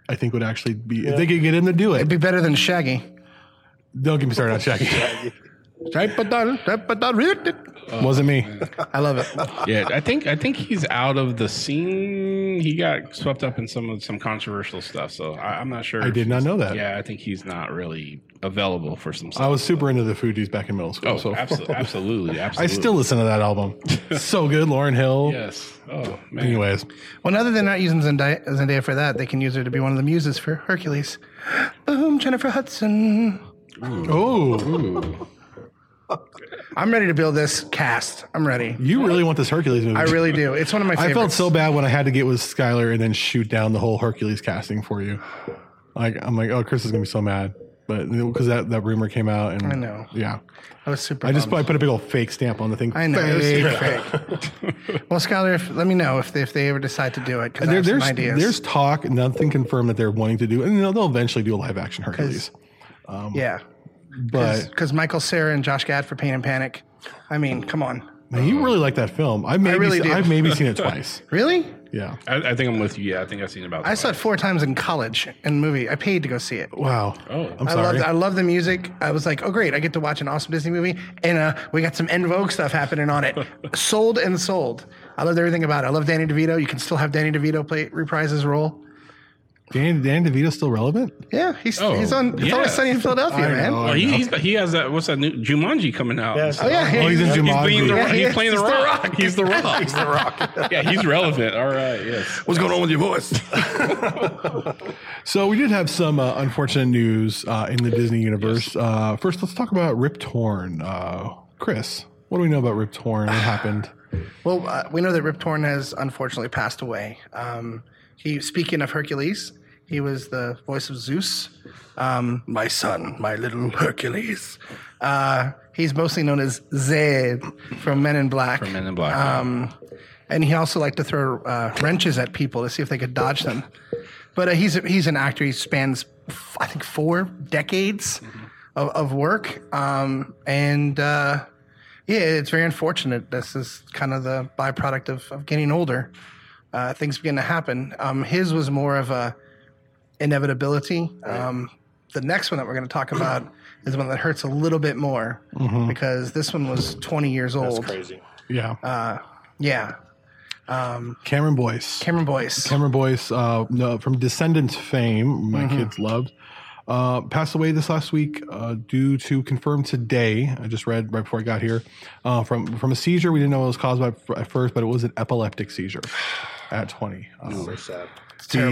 I think would actually be if they could get him to do
It'd
it.
be better than Shaggy.
Don't get me started on Shaggy. *laughs*
I
Wasn't me.
love it.
Yeah, I think I think he's out of the scene. He got swept up in some of some controversial stuff, so I, I'm not sure.
I did not know that.
Yeah, I think he's not really available for some
I
stuff.
was super into the Fugees back in middle school.
Oh,
so
absolutely, absolutely,
I
absolutely.
still listen to that album. so good, Lauren Hill.
yes. Oh man.
Anyways,
Well, now that they're not using Zendaya, Zendaya for that, they can use her to be one of the muses for Hercules. Boom, Jennifer Hudson.
oh,
Ooh.
I'm ready to build this cast. I'm ready.
you really want this Hercules movie?
I really do. It's one of my
I
favorites.
felt so bad when I had to get with Skylar and then shoot down the whole Hercules casting for you. Like I'm like, oh, Chris is gonna be so mad, but because that, that rumor came out and
I know.
yeah,
I was super.
I just
bummed.
I put a big old fake stamp on the thing.
I know. it was
Fake. *laughs*
super fake. well, Skylar, if, let me know if they, if they ever decide to do it because I
There,
have some
there's
ideas.
there's talk, nothing confirmed that they're wanting to do, and they'll, they'll eventually do a live action Hercules.
yeah,
But
because Michael Sarah and Josh Gad for Pain and Panic. I mean, come on,
man, you really like that film. I maybe
really do.
I've maybe
*laughs*
seen it twice.
really?
Yeah.
I, I think I'm with you. Yeah, I think I've seen about.
I saw it four times in college in movie. I paid to go see it.
Wow.
Oh.
I'm
I loved,
sorry.
I loved the music. I was like, oh great, I get to watch an awesome Disney movie, and uh, we got some En Vogue stuff happening
*laughs*
on it. sold and sold. I loved everything about it. I love Danny DeVito. You can still have Danny DeVito play reprise his role.
Dan Dan DeVito's still relevant.
Yeah, he's
Oh,
he's on. It's
yeah.
always sunny in Philadelphia, man.
Well, Oh, he, he's, he has that. What's that new Jumanji coming out?
Yeah.
Oh yeah,
Oh, he's in
He's,
Jumanji.
being the,
Yeah,
he's
he
playing
is. He's
the
the
rock.
Rock.
He's the rock. he's the rock. *laughs* yeah, he's relevant. All right. Yes.
What's going on with your voice?
So we did have some uh, unfortunate news uh, in the Disney universe. Uh, first, let's talk about Rip Torn. Uh, Chris, what do we know about Rip Torn? What
*sighs*
happened?
Well, uh, we know that Rip Torn has unfortunately passed away. Um, he, speaking of Hercules, he was the voice of Zeus. Um, my son, my little Hercules. Uh, he's mostly known as Zed from Men in Black.
Men in Black.
Um, and he also liked to throw uh, wrenches at people to see if they could dodge them. But uh, he's he's an actor. He spans f- I think four decades of, of work, um, and uh, yeah, it's very unfortunate. This is kind of the byproduct of, of getting older. Uh, things begin to happen. Um, his was more of a inevitability. Um, the next one that we're going to talk about is one that hurts a little bit more because this one was 20 years old.
It's crazy.
Yeah.
Uh, Yeah,
Cameron Boyce.
Cameron Boyce.
Cameron Boyce uh, no, from Descendants fame, my kids loved, uh, passed away this last week uh, due to confirmed today. I just read right before I got here uh, from from a seizure. We didn't know what it was caused by f- at first, but it was an epileptic seizure at 20. Uh,
It's sad.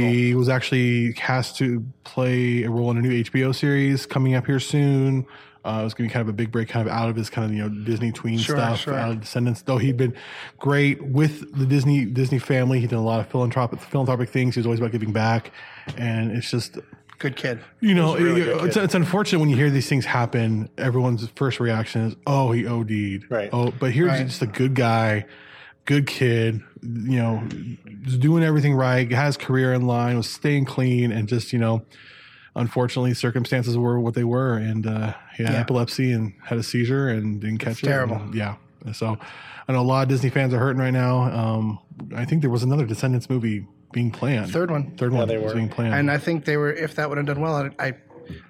he was actually cast to play a role in a new HBO series coming up here soon. Uh, it was going to be kind of a big break, kind of out of his kind of you know Disney tween stuff,
sure.
out of Descendants. Though he'd been great with the Disney Disney family, he did a lot of philanthropic philanthropic things. He was always about giving back, and it's just
Good kid.
you know
was a really
it-
good
it's,
kid.
it's unfortunate when you hear these things happen. Everyone's first reaction is, "Oh, he OD'd."
Right.
Oh, but here's
Right.
just a good guy, good kid. You know, is doing everything right. Has career in line. Was staying clean, and just you know, unfortunately, circumstances were what they were, and uh, he had
Yeah.
epilepsy and had a seizure and didn't catch it.
terrible.
And, yeah. So I know a lot of Disney fans are hurting right now. Um, I think there was another Descendants movie being planned.
Third one.
Third one
they
was
were.
being planned.
And I think they were. If that would have done well, I, I,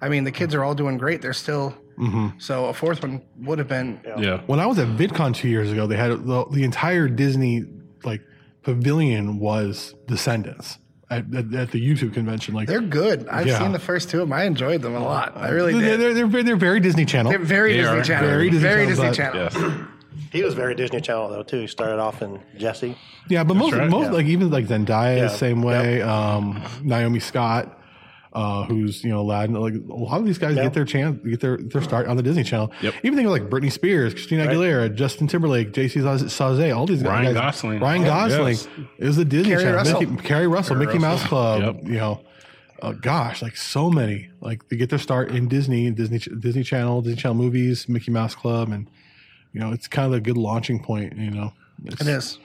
I mean, the kids are all doing great. They're still.
Mm-hmm.
So a fourth one would have been.
Yeah.
when I was at VidCon two years ago, they had the, the entire Disney like pavilion was Descendants at, at, at the YouTube convention. Like
They're good. I've
Yeah.
seen the first two of them. I enjoyed them a lot. I really
they're,
did.
they're, they're, they're very Disney Channel.
They're very
They
Disney
are
Channel.
very
Very
Disney
Disney,
Channel, but-
Channel.
Yes.
He was very Disney Channel though too. He started off in Jesse.
yeah, but most
right,
most
yeah.
like even like Zendaya
Yeah,
same way. Um, Naomi Scott. Uh, who's you know Aladdin? Like a lot of these guys get their chance, get their their start on the Disney Channel.
Yep.
Even things like Britney Spears, Christina Aguilera, Justin Timberlake, J.C. Saze, all these
Ryan
guys.
Gosling.
Ryan
Oh,
Gosling
yes.
is the Disney
Carrie
Channel.
Russell.
Mickey, Carrie Russell, Mickey Mouse Club.
Yep.
You know, uh, gosh, like so many. Like they get their start in Disney, Disney, Disney Channel, Disney Channel movies, Mickey Mouse Club, and you know, it's kind of a good launching point. You know, It's-
It is.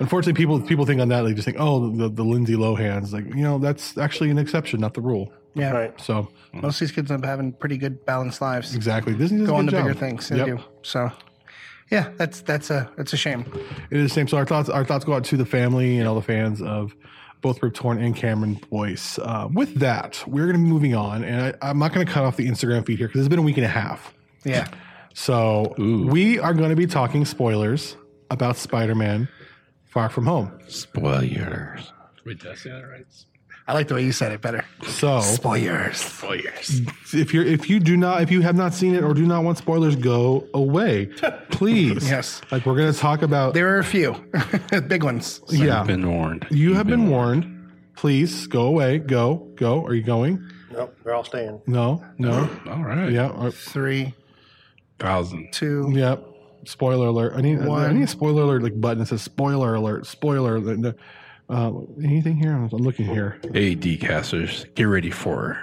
Unfortunately, people people think on that. They just think, oh, the, the Lindsay Lohan's like you know that's actually an exception, not the rule.
Yeah.
Right.
So
Most of these kids end up having pretty good balanced lives.
exactly, Disney does
Mm-hmm. Go
a
on
good
to bigger
job.
things. They
Yep.
do. So. Yeah, that's that's a it's a shame.
It is the same. So our thoughts, our thoughts go out to the family and all the fans of both Rip Torn and Cameron Boyce. Uh, with that, we're going to be moving on, and I, I'm not going to cut off the Instagram feed here because it's been a week and a half.
Yeah,
So we are going to be talking spoilers about Spider-Man: Far From Home.
Spoilers. Wait, did I say that right?
I like the way you said it better.
So
Spoilers.
Spoilers.
if you're if you do not if you have not seen it or do not want spoilers, go away,
*laughs*
please.
Yes.
like we're going to talk about.
There are a few *laughs* big ones.
yeah,
Been warned.
you have been warned. Please go away. Go, go. Are you going?
Nope, they're all staying.
No, no.
All right.
Yeah, or,
Three,
Thousand.
two,
yeah. Spoiler alert. I need I
One.
need a spoiler alert like button that says spoiler alert. Spoiler alert. Uh, anything here? I'm, I'm looking here.
Hey, casters, get ready for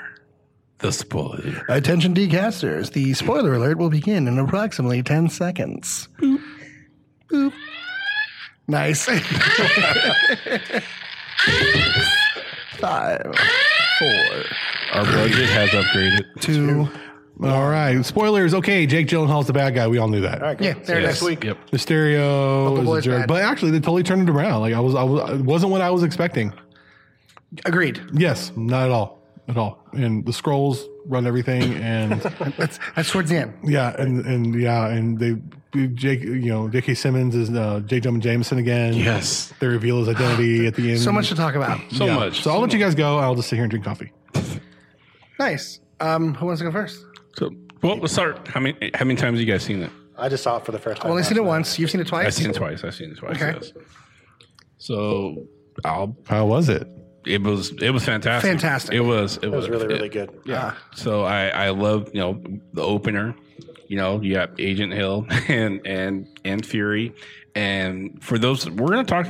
the spoiler.
Attention, decasters. The spoiler alert will begin in approximately 10 seconds. Boop. Boop. Nice. *laughs* Five, four,
Our budget has upgraded.
two.
All right. Spoilers. Okay. Jake Gyllenhaal's the bad guy. We all knew that.
All right,
Yeah,
cool.
there it
Yes.
is.
week.
Yep.
Mysterio is a
Boy's
jerk,
bad.
but actually they totally turned it around. Like I was, I was, it wasn't what I was expecting.
Agreed.
Yes, not at all, at all. And the scrolls run everything, *laughs* and
That's, that's towards the end.
Yeah, and and yeah, and they Jake, you know, J.K. Simmons is uh, J. Jonah Jameson again.
Yes.
they reveal his identity at the end.
So much to talk about.
So much.
So I'll let you guys go. I'll just sit here and drink coffee.
Nice. Um, who wants to go first?
So, well, let's start. How many how many times have you guys seen it?
I just saw it for the first time.
I've only
last
seen it
night.
once. You've seen it twice?
I've seen it twice. I've seen it twice.
Okay.
Yes. So I'll.
How was it?
It was it was fantastic.
Fantastic.
It was it,
It was really, really good.
Ah.
Yeah. So I I love you know the opener. You know you got Agent Hill *laughs* and and and Fury, and for those we're gonna talk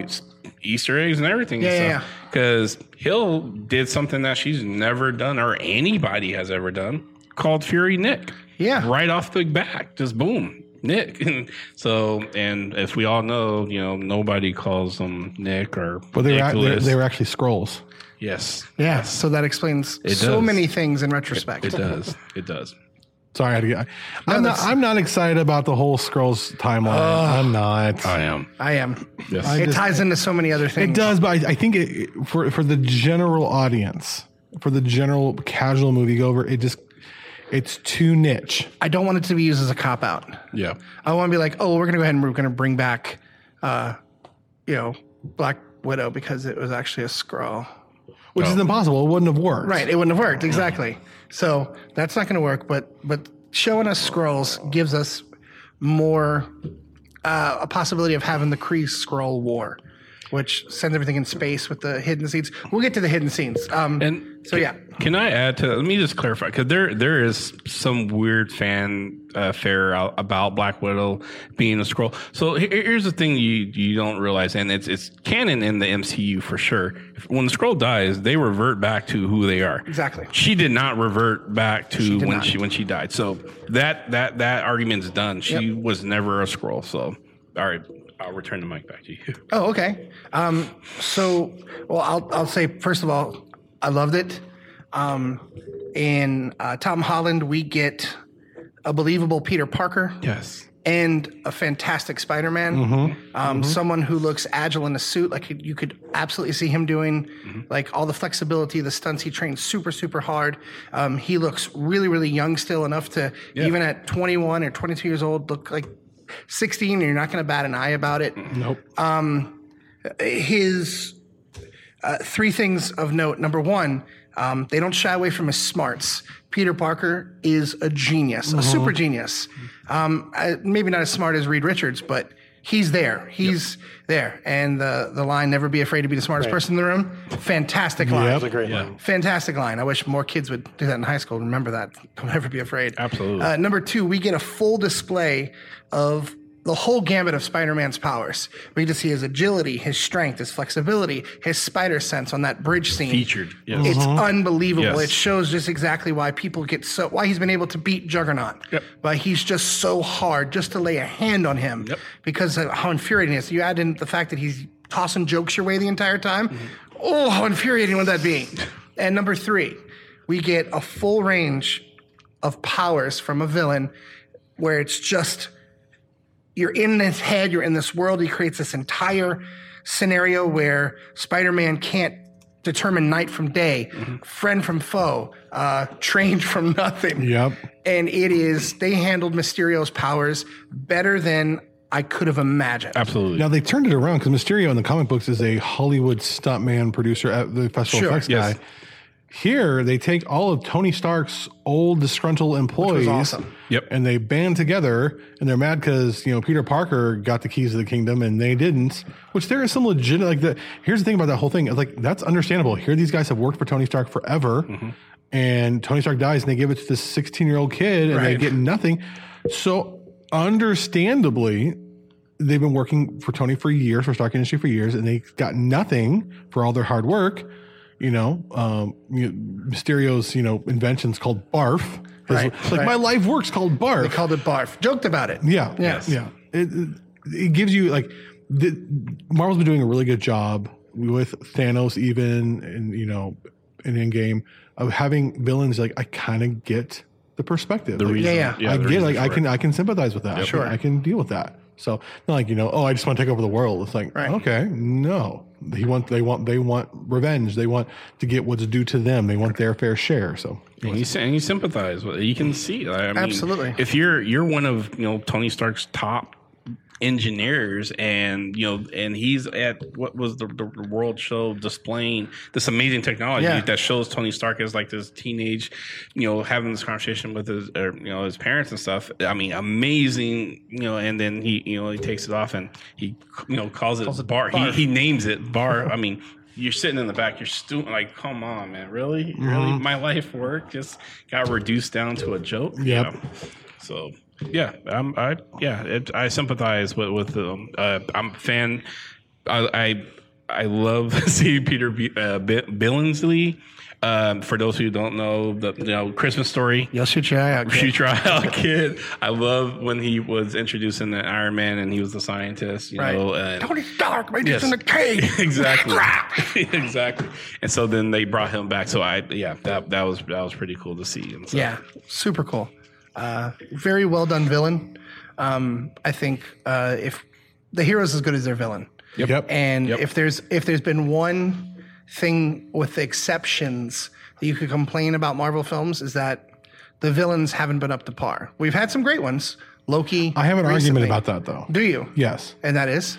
Easter eggs and everything.
Yeah, yeah,
and stuff. Because Hill did something that she's never done or anybody has ever done called Fury Nick.
Yeah.
Right off the back, just boom. Nick. *laughs* so, and as we all know, you know, nobody calls him Nick or
Well, they were, they,
Nicholas.
they were actually scrolls.
yes,
Yeah. So that explains
It
so
does.
many things in retrospect.
it does. It does.
Sorry, I had to get, I'm not. I'm not excited about the whole scrolls timeline. I'm not.
I am.
I am.
Yes.
it
just-
ties into so many other things.
It does, but I, I think it for for the general audience, for the general casual moviegoer, it just it's too niche.
I don't want it to be used as a cop out.
yeah.
I want to be like, oh, we're gonna go ahead and we're gonna bring back, uh, you know, Black Widow because it was actually a scroll.
Oh.
which is impossible. It wouldn't have worked.
Right, it wouldn't have worked exactly. So that's not going to work. But but showing us scrolls gives us more uh, a possibility of having the Kree scroll war, which sends everything in space with the hidden scenes. We'll get to the hidden scenes. Um,
And
so yeah,
Can I add to? Let me just clarify because there there is some weird fan uh, fare out about Black Widow being a scroll. So he- here's the thing you you don't realize, and it's it's canon in the MCU for sure. When the scroll dies, they revert back to who they are.
Exactly.
She did not revert back to
did
when
not.
she when she died. So that that that argument's done. She was never a scroll. So all right, I'll return the mic back to you.
Oh, okay. Um, so, well, I'll, I'll say first of all, I loved it. Um, in uh, Tom Holland, we get a believable Peter Parker.
Yes.
And a fantastic Spider Man. Um, Someone who looks agile in a suit. Like you could absolutely see him doing like all the flexibility, the stunts. He trained super, super hard. Um, he looks really, really young still enough to, even at 21 or 22 years old, look like 16. And you're not going to bat an eye about it Um,
Nope.
his uh, three things of note. Number one, um, they don't shy away from his smarts. Peter Parker is a genius,
Uh-huh.
a super genius. Um, I, maybe not as smart as Reed Richards, but he's there. He's there. And the the line "Never be afraid to be the smartest person in the room" fantastic line.
Yep.
That's a great
Yeah.
line.
Fantastic line. I wish more kids would do that in high school. Remember that. Don't ever be afraid.
Absolutely.
Uh, number two, we get a full display of the whole gamut of Spider-Man's powers. We get to see his agility, his strength, his flexibility, his spider sense on that bridge scene.
Featured, yes.
It's unbelievable.
Mm-hmm. Yes.
It shows just exactly why people get so why he's been able to beat Juggernaut.
Yep.
Why he's just so hard just to lay a hand on him
Yep.
because of how infuriating it is. You add in the fact that he's tossing jokes your way the entire time.
Mm-hmm.
Oh, how infuriating would that be? And number three, we get a full range of powers from a villain where it's just you're in this head, you're in this world. He creates this entire scenario where Spider Man can't determine night from day, friend from foe, uh, trained *laughs* from nothing.
Yep.
And it is, they handled Mysterio's powers better than I could have imagined.
Absolutely.
Now they turned it around because Mysterio in the comic books is a Hollywood stuntman producer at the special
Sure,
effects
yes.
guy. Here they take all of Tony Stark's old disgruntled employees
awesome.
Yep.
and they band together and they're mad because you know Peter Parker got the keys of the kingdom and they didn't. Which there is some legit like the here's the thing about that whole thing. It's like that's understandable. Here these guys have worked for Tony Stark forever
Mm-hmm.
and Tony Stark dies and they give it to this 16 year old kid and they
Right.
get nothing. So understandably they've been working for Tony for years, for Stark Industry for years, and they got nothing for all their hard work. You know, um, you know, Mysterio's you know invention's called Barf. His-
Right,
it's like
right.
my life work's called Barf.
They called it barf, joked about it.
yeah,
Yes.
yeah. It, it- it gives you like the, Marvel's been doing a really good job with Thanos, even and you know, in Endgame of having villains like I kind of get the perspective. The
reason-
yeah.
I
the
get
reason
like I
for it.
can I can sympathize with that.
Sure.
I can, I can deal with that. So not like you know, oh, I just want to take over the world. It's like
Right.
okay, no, he want they want they want revenge. They want to get what's due to them. They want their fair share. So
And you, sy- and you sympathize with it. You can see. I mean,
Absolutely.
If you're you're one of you know Tony Stark's top engineers, and you know, and he's at what was the, the the world show displaying this amazing technology
Yeah.
that shows Tony Stark as like this teenage, you know, having this conversation with his or, you know his parents and stuff. I mean, amazing. You know, and then he you know he takes it off and he you know calls it, bar. He, he names it bar. I mean. You're sitting in the back. You're still like, come on, man, really, really. My life work just got reduced down to a joke.
Yep.
Yeah. So yeah, I'm, I yeah, it, I sympathize with with um, uh, I'm a fan. *laughs* I I, I love seeing Peter B, uh, B, Billingsley Um, for those who don't know, the you know Christmas story.
You'll shoot your eye out. kid.
Future *laughs* Out Kid. I love when he was introducing the Iron Man and he was the scientist, you
Right.
know. And
Tony Stark made
Yes.
this in the
*laughs*
cave.
exactly, *laughs* exactly. And so then they brought him back. So I, yeah, that that was that was pretty cool to see. And so,
Yeah, super cool. Uh, very well done villain. Um, I think uh, if the hero's as good as their villain,
Yep.
and
Yep.
if there's if there's been one thing with exceptions that you could complain about Marvel films is that the villains haven't been up to par. We've had some great ones. Loki.
I have an
recently.
argument about that though.
Do you?
Yes.
And that is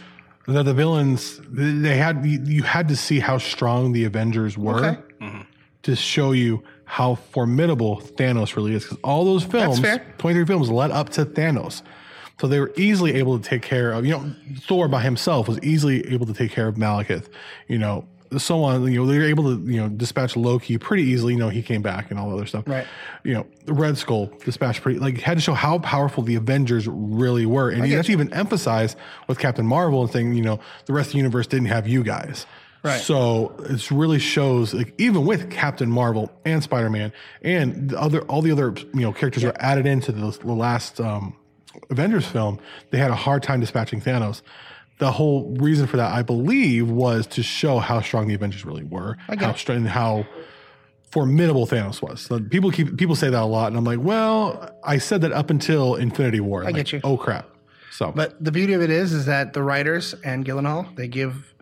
that the villains they had you you had to see how strong the Avengers were
Okay.
to show you how formidable Thanos really is because all those films,
fair.
twenty three films, led up to Thanos, so they were easily able to take care of you know Thor by himself was easily able to take care of Malekith, you know so on you know they were able to you know dispatch Loki pretty easily you know he came back and all the other stuff
Right.
you know Red Skull dispatched pretty like had to show how powerful the Avengers really were and that's even emphasized with Captain Marvel and saying you know the rest of the universe didn't have you guys
Right.
so it really shows, like, even with Captain Marvel and Spider Man and the other all the other you know characters were added into the, the last um, Avengers film, they had a hard time dispatching Thanos. The whole reason for that, I believe, was to show how strong the Avengers really were, how strong and how formidable Thanos was. So people keep people say that a lot, and I'm like, well, I said that up until Infinity War. I
get you.
Oh crap! So,
But the beauty of it is, is that the writers and Gyllenhaal they give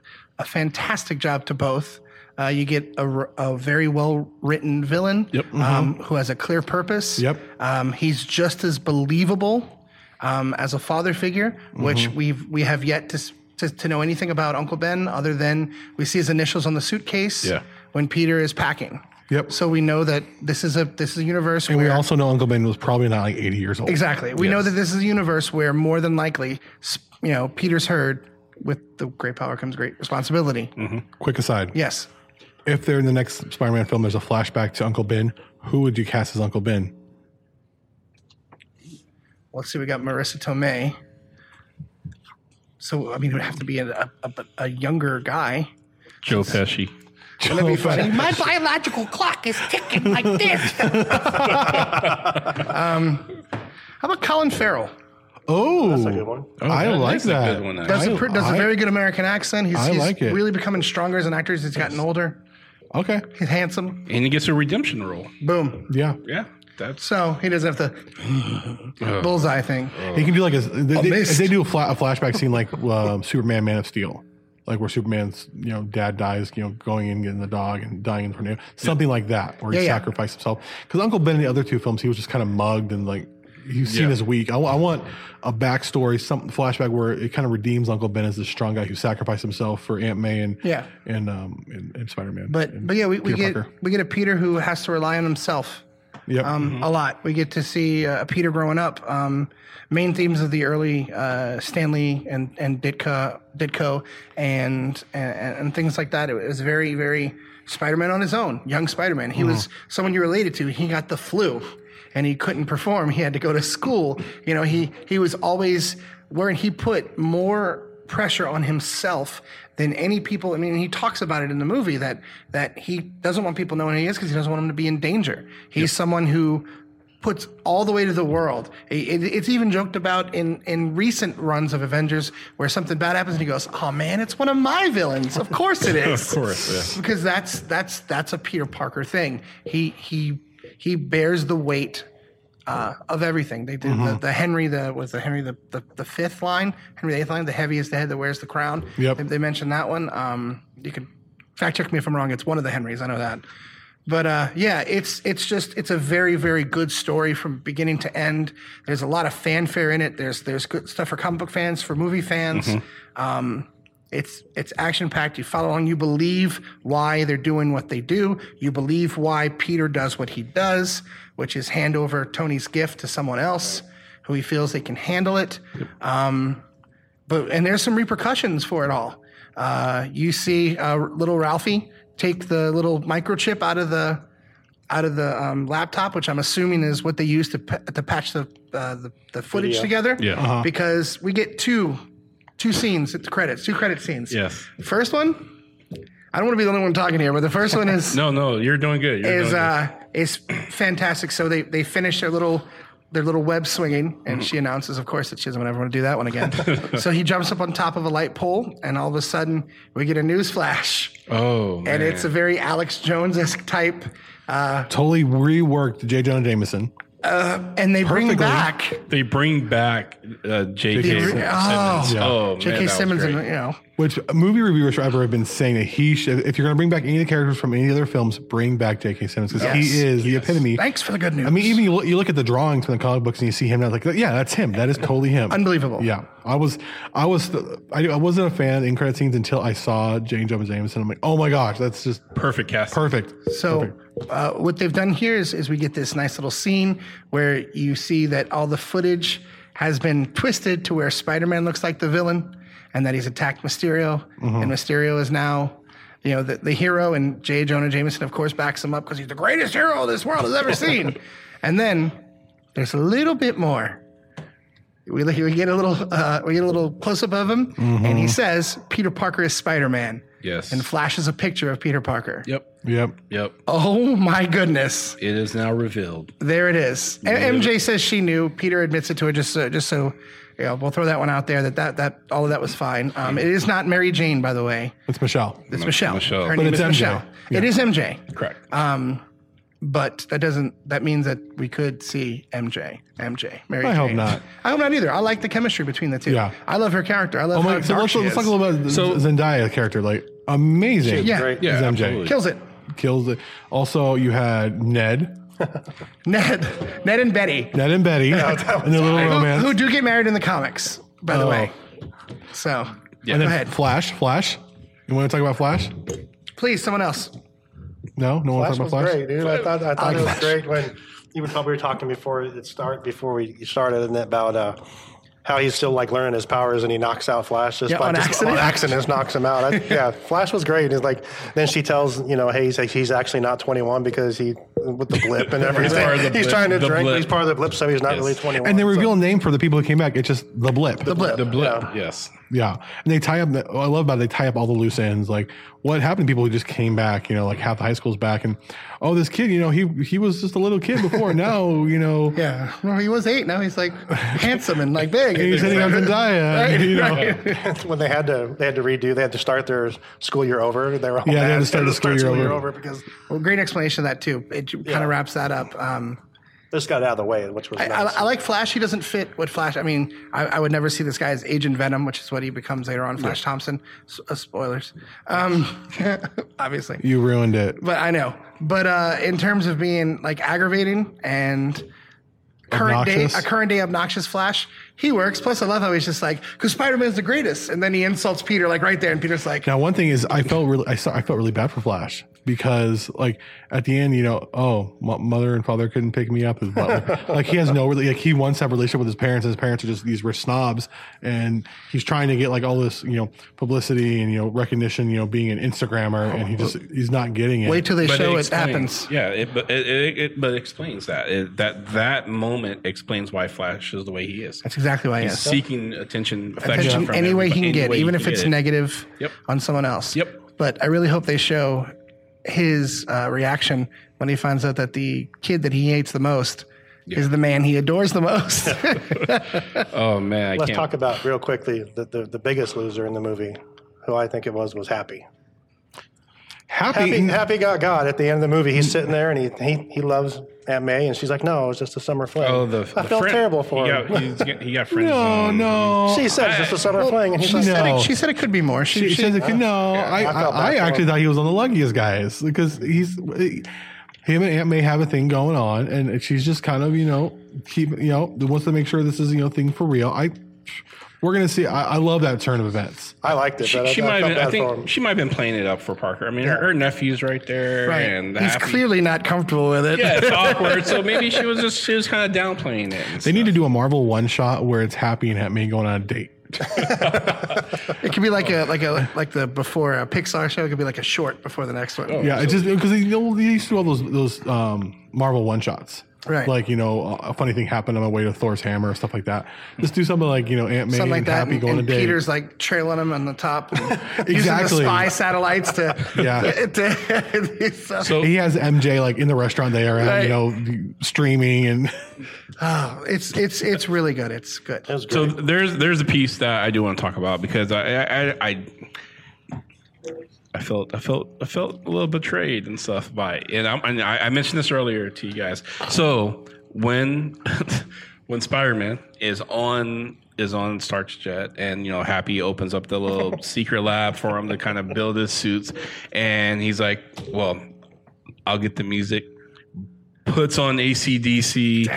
a fantastic job to both. Uh, you get a, r- a very well written villain
Yep, mhm.
um, who has a clear purpose.
Yep.
Um, he's just as believable um, as a father figure, which
Mm-hmm.
we've we have yet to, s- to to know anything about Uncle Ben other than we see his initials on the suitcase
Yeah.
when Peter is packing.
Yep.
So we know that this is a this is a universe
and we
where
also know Uncle Ben was probably not like 80 years old.
Exactly. We know that this is a universe where more than likely, s- you know, Peter's heard with the great power comes great responsibility.
Mm-hmm. Quick aside.
Yes.
if they're in the next Spider-Man film, there's a flashback to Uncle Ben. Who would you cast as Uncle Ben?
Let's see. We got Marissa Tomei. So I mean, it would have to be a, a, a younger guy.
Joe Pesci.
*laughs* That'd be funny.
My biological clock is ticking like this.
How about Colin Farrell?
Oh,
That's a good one.
I
that
like
is a
that.
good one, actually.
Does a,
I-
pr- does a
I-
very good American accent. He's,
I
he's
like it.
really becoming stronger as an actor as he's gotten older.
okay.
He's handsome.
And he gets a redemption role.
Boom.
Yeah,
Yeah. That's
So he doesn't have
Oh.
the bullseye thing.
he can do like a. They, they,
mist.
they do a, fla- a flashback scene like um, Superman, Man of Steel, like where Superman's you know dad dies, you know, going in getting the dog and dying in the tornado, something like that, where he
Yeah, yeah.
sacrificed himself. Because Uncle Ben in the other two films, he was just kind of mugged and like. He's seen
Yeah.
as weak. I wa- I want a backstory, some flashback where it kind of redeems Uncle Ben as the strong guy who sacrificed himself for Aunt May and
Yeah.
and um and, and Spider Man.
But but yeah, we, we get we get a Peter who has to rely on himself.
Yep.
um, a lot. We get to see uh, Peter growing up. Um, main themes of the early uh, Stanley and and Ditka, Ditko and, and and things like that. It was very very Spider-Man on his own, young Spider-Man. He was someone you related to. He got the flu, and he couldn't perform. He had to go to school. You know, he he was always wherein he put more pressure on himself than any people. I mean, he talks about it in the movie that that he doesn't want people knowing who he is because he doesn't want him to be in danger. He's someone who puts all the way to the world. It- it- it's even joked about in in recent runs of Avengers where something bad happens and he goes, "Oh man, it's one of my villains." Of course it is.
of course.
because that's that's that's a Peter Parker thing. He he he bears the weight uh, of everything. They did the, the Henry the was the Henry the, the, the fifth line, Henry the eighth line. The heavy is the head that wears the crown.
Yep.
They, they mentioned that one. Um, you could fact check me if I'm wrong. It's one of the Henrys. I know that. But uh, yeah, it's it's just it's a very very good story from beginning to end. There's a lot of fanfare in it. There's there's good stuff for comic book fans, for movie fans. Um, it's it's action packed. You follow along. You believe why they're doing what they do. You believe why Peter does what he does, which is hand over Tony's gift to someone else who he feels they can handle it. Um, but and there's some repercussions for it all. Uh, you see, uh, little Ralphie take the little microchip out of the out of the um, laptop, which I'm assuming is what they use to pa- to patch the uh, the, the footage together.
Yeah. Uh-huh.
because we get two two scenes at the credits, two credit scenes.
Yes.
First one, I don't want to be the only one talking here, but the first one is
*laughs* No, no, you're doing good. You're
is
doing good.
uh is fantastic. So they they finish their little their little web swinging, and she announces, of course, that she doesn't ever want to do that one again.
*laughs*
so he jumps up on top of a light pole, and all of a sudden we get a news flash,
Oh, man.
uh, and it's a very Alex Jones esque type.
Totally reworked J. John Jameson.
And they bring
Perfectly.
back
they bring back uh, J.K.
J.K.
Simmons.
Oh.
Yeah.
Oh, man, that
J.K.
was
Simmons,
great.
and you know,
Which movie reviewers forever have been saying that he should, if you're going to bring back any of the characters from any of their films, bring back J.K. Simmons because
Yes.
he is the epitome.
thanks for the good news.
I mean, even you look, you look at the drawings from the comic books and you see him, and I was like, yeah, that's him. That is totally him.
Unbelievable.
Yeah, I was, I was, I, I wasn't a fan in credit scenes until I saw Jane Jones Jameson. I'm like, oh my gosh, that's just
Perfect casting.
perfect.
So uh, what they've done here is, is we get this nice little scene where you see that all the footage has been twisted to where Spider-Man looks like the villain and that he's attacked Mysterio and Mysterio is now you know the, the hero and J. Jonah Jameson of course backs him up because he's the greatest hero this world has ever seen. and then there's a little bit more. We, look- we get a little uh, we get a little close up of him and he says Peter Parker is Spider-Man
Yes.
and flashes a picture of Peter Parker.
Yep.
Yep.
Yep.
Oh my goodness!
It is now revealed.
There it is. A- MJ says she knew. Peter admits it to her. Just so, just so, yeah, we'll throw that one out there. That that that all of that was fine. Um, it is not Mary Jane, by the way.
It's Michelle.
It's Michelle.
Michelle.
Her
But
name
it's
is
MJ.
Michelle. It is MJ.
Correct.
Uh, But that doesn't. That means that we could see MJ. MJ. Mary.
I
Jane.
hope not.
I hope not either. I like the chemistry between the two.
Yeah.
I love her character. I love
Oh
how
my,
dark
so let's,
she
let's
is.
talk a little about
So-
the Zendaya character. Like amazing.
Yeah.
Great.
yeah.
It's MJ.
Absolutely.
Kills it.
Kills it. Also, you had Ned,
Ned. Ned and Betty.
Ned and Betty, and their little
Who,
romance.
who do get married in the comics, by the
Oh.
way. So.
and
Go
then
ahead.
Flash. Flash. You want to talk about Flash?
Please, someone else.
No, no one want to
Flash
talk about
was
Flash.
great, dude. I thought, I thought it was great when you were probably talking before it start before we you started and about uh, how he's still like learning his powers and he knocks out Flash just
Yeah,
by
on
just,
accident.
on accident just knocks him out. I, yeah, Flash was great. He's like then she tells you know hey he's, he's actually not 21 because he with the blip and everything
part of the
he's
blip.
trying to
The
drink.
blip.
He's part of the blip, so he's not
Yes.
really 21.
And they
so-
reveal a name for the people who came back. It's just the blip.
The blip.
the blip. Yes.
Yeah, and they tie up. The, what I love about it, they tie up all the loose ends. Like what happened to people who just came back? You know, like half the high school's back, and oh, this kid, you know, he he was just a little kid before. *laughs* now, you know,
Yeah. Well, he was eight. Now he's like handsome and
*laughs*
like big.
he's hitting on Zendaya.
*laughs* Right,
you know.
right.
*laughs* when they had to they had to redo they had to start their school year over they were all
Yeah, they had
mad.
to start the school year over.
because
Well, great explanation of that too. It kind of wraps that up. Um,
this got out of the way which was
I, I,
nice.
I like Flash. He doesn't fit what Flash. I mean, I, I would never see this guy as Agent Venom, which is what he becomes later on. Flash Thompson. S- uh, spoilers, um, *laughs* obviously.
You ruined it.
But I know. But uh, in terms of being like aggravating and current
Obnoxious.
day, a current day obnoxious Flash, he works. Plus, I love how he's just like, because Spider Man's the greatest, and then he insults Peter like right there, and Peter's like,
Now, one thing is, I felt really, I, saw, I felt really bad for Flash because, like, at the end, you know, oh, mo- mother and father couldn't pick me up as butler.
*laughs*
like, he has no really, like, he wants to have a relationship with his parents, and his parents are just these rich snobs, and he's trying to get like all this, you know, publicity and you know recognition, you know, being an Instagrammer, and he just he's not getting it.
wait till they show it
explains-
happens.
Yeah, it, but it, it, it but it explains that it, that that moment explains why Flash is the way he is.
That's exactly why he is.
Seeking attention, affection
Attention
from
any way he
everybody,
can
any
get,
way
even
he
if
can
it's
get it.
negative
Yep.
on someone else.
Yep.
But I really hope they show his uh, reaction when he finds out that the kid that he hates the most is the man he adores the most. *laughs*
Oh man, I
let's
can't.
talk about real quickly the, the the biggest loser in the movie who I think it was was Happy
happy,
Happy Happy got God at the end of the movie he's sitting there and he he, he loves Aunt May and she's like no it's just a summer fling
oh, the,
I
the
felt
friend-
terrible for
he
him
Got, he's get- he
*laughs*
got friends.
no,
zone.
no.
she said it's just a summer fling and he's
she,
like
said
No.
it, she said it could be more. She,
She,
she-
says, like, no, I,
I
I,
felt bad
I
for
actually
him.
thought he was one of the luckiest guys because he's him and Aunt May have a thing going on, and she's just kind of you know keep you know wants to make sure this is you know thing for real. I we're gonna see. I, I love that turn of events.
I liked it
She,
but I-
she
I,
might
felt
have been,
bad
I
for him.
think she might have been playing it up for Parker. I mean, her, her nephew's right there,
right.
and
He's
happy.
clearly not comfortable with it.
yeah, it's awkward. So maybe she was just she was kind of downplaying it. and
They need to
stuff.
do a Marvel one shot where it's Happy and Aunt May going on a
*laughs*
date.
It could be like a like a like the before a Pixar show. It could be like a
Oh.
short before the next one.
Yeah, it just because they, they used to do all those those um, Marvel one shots.
Right.
Like you know, a funny thing happened on my way to Thor's hammer or stuff like that. Just do something like you know Aunt May
Something like
and
that.
Happy
and,
going
and
to date.
Peter's like trailing him on the
*laughs*
top. and Using the
Exactly.
spy satellites to.
*laughs* Yeah.
*laughs* to- *laughs* so-
So
he has MJ like in the restaurant they are at, you
Right.
know, streaming and *laughs*
oh, it's it's it's really good. It's good. *laughs*
That was
So
great.
there's there's a piece that I do want to talk about because I I, I- I I felt I felt I felt a little betrayed and stuff by it. and, I'm, and I, I mentioned this earlier to you guys. So when *laughs* when Spider-Man is on is on Starjet and you know Happy opens up the
*laughs*
little secret lab for him to kind of build his suits and he's like, well, I'll get the music. Puts on ACDC.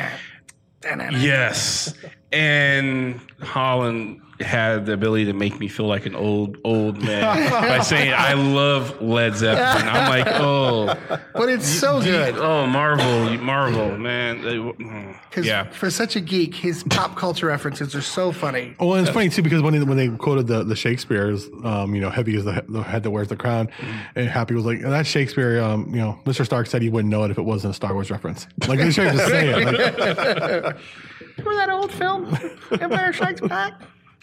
Yes. And Holland had the ability to make me feel like an old old
*laughs*
man by saying I love Led Zeppelin. I'm like, oh,
But it's so *laughs* good.
oh, Marvel, Marvel, man. They- mm,
'Cause
Yeah,
For such a geek, his pop culture references are so funny.
Well, and it's funny too because when they, when they quoted the the Shakespeare's, um, you know, heavy is the, the head that wears the crown, and Happy was like, "That's Shakespeare." Um, you know, Mr. Stark said he wouldn't know it if it wasn't a Star Wars reference. Like they should just say it. Like,
Remember that old film, Empire Strikes Back?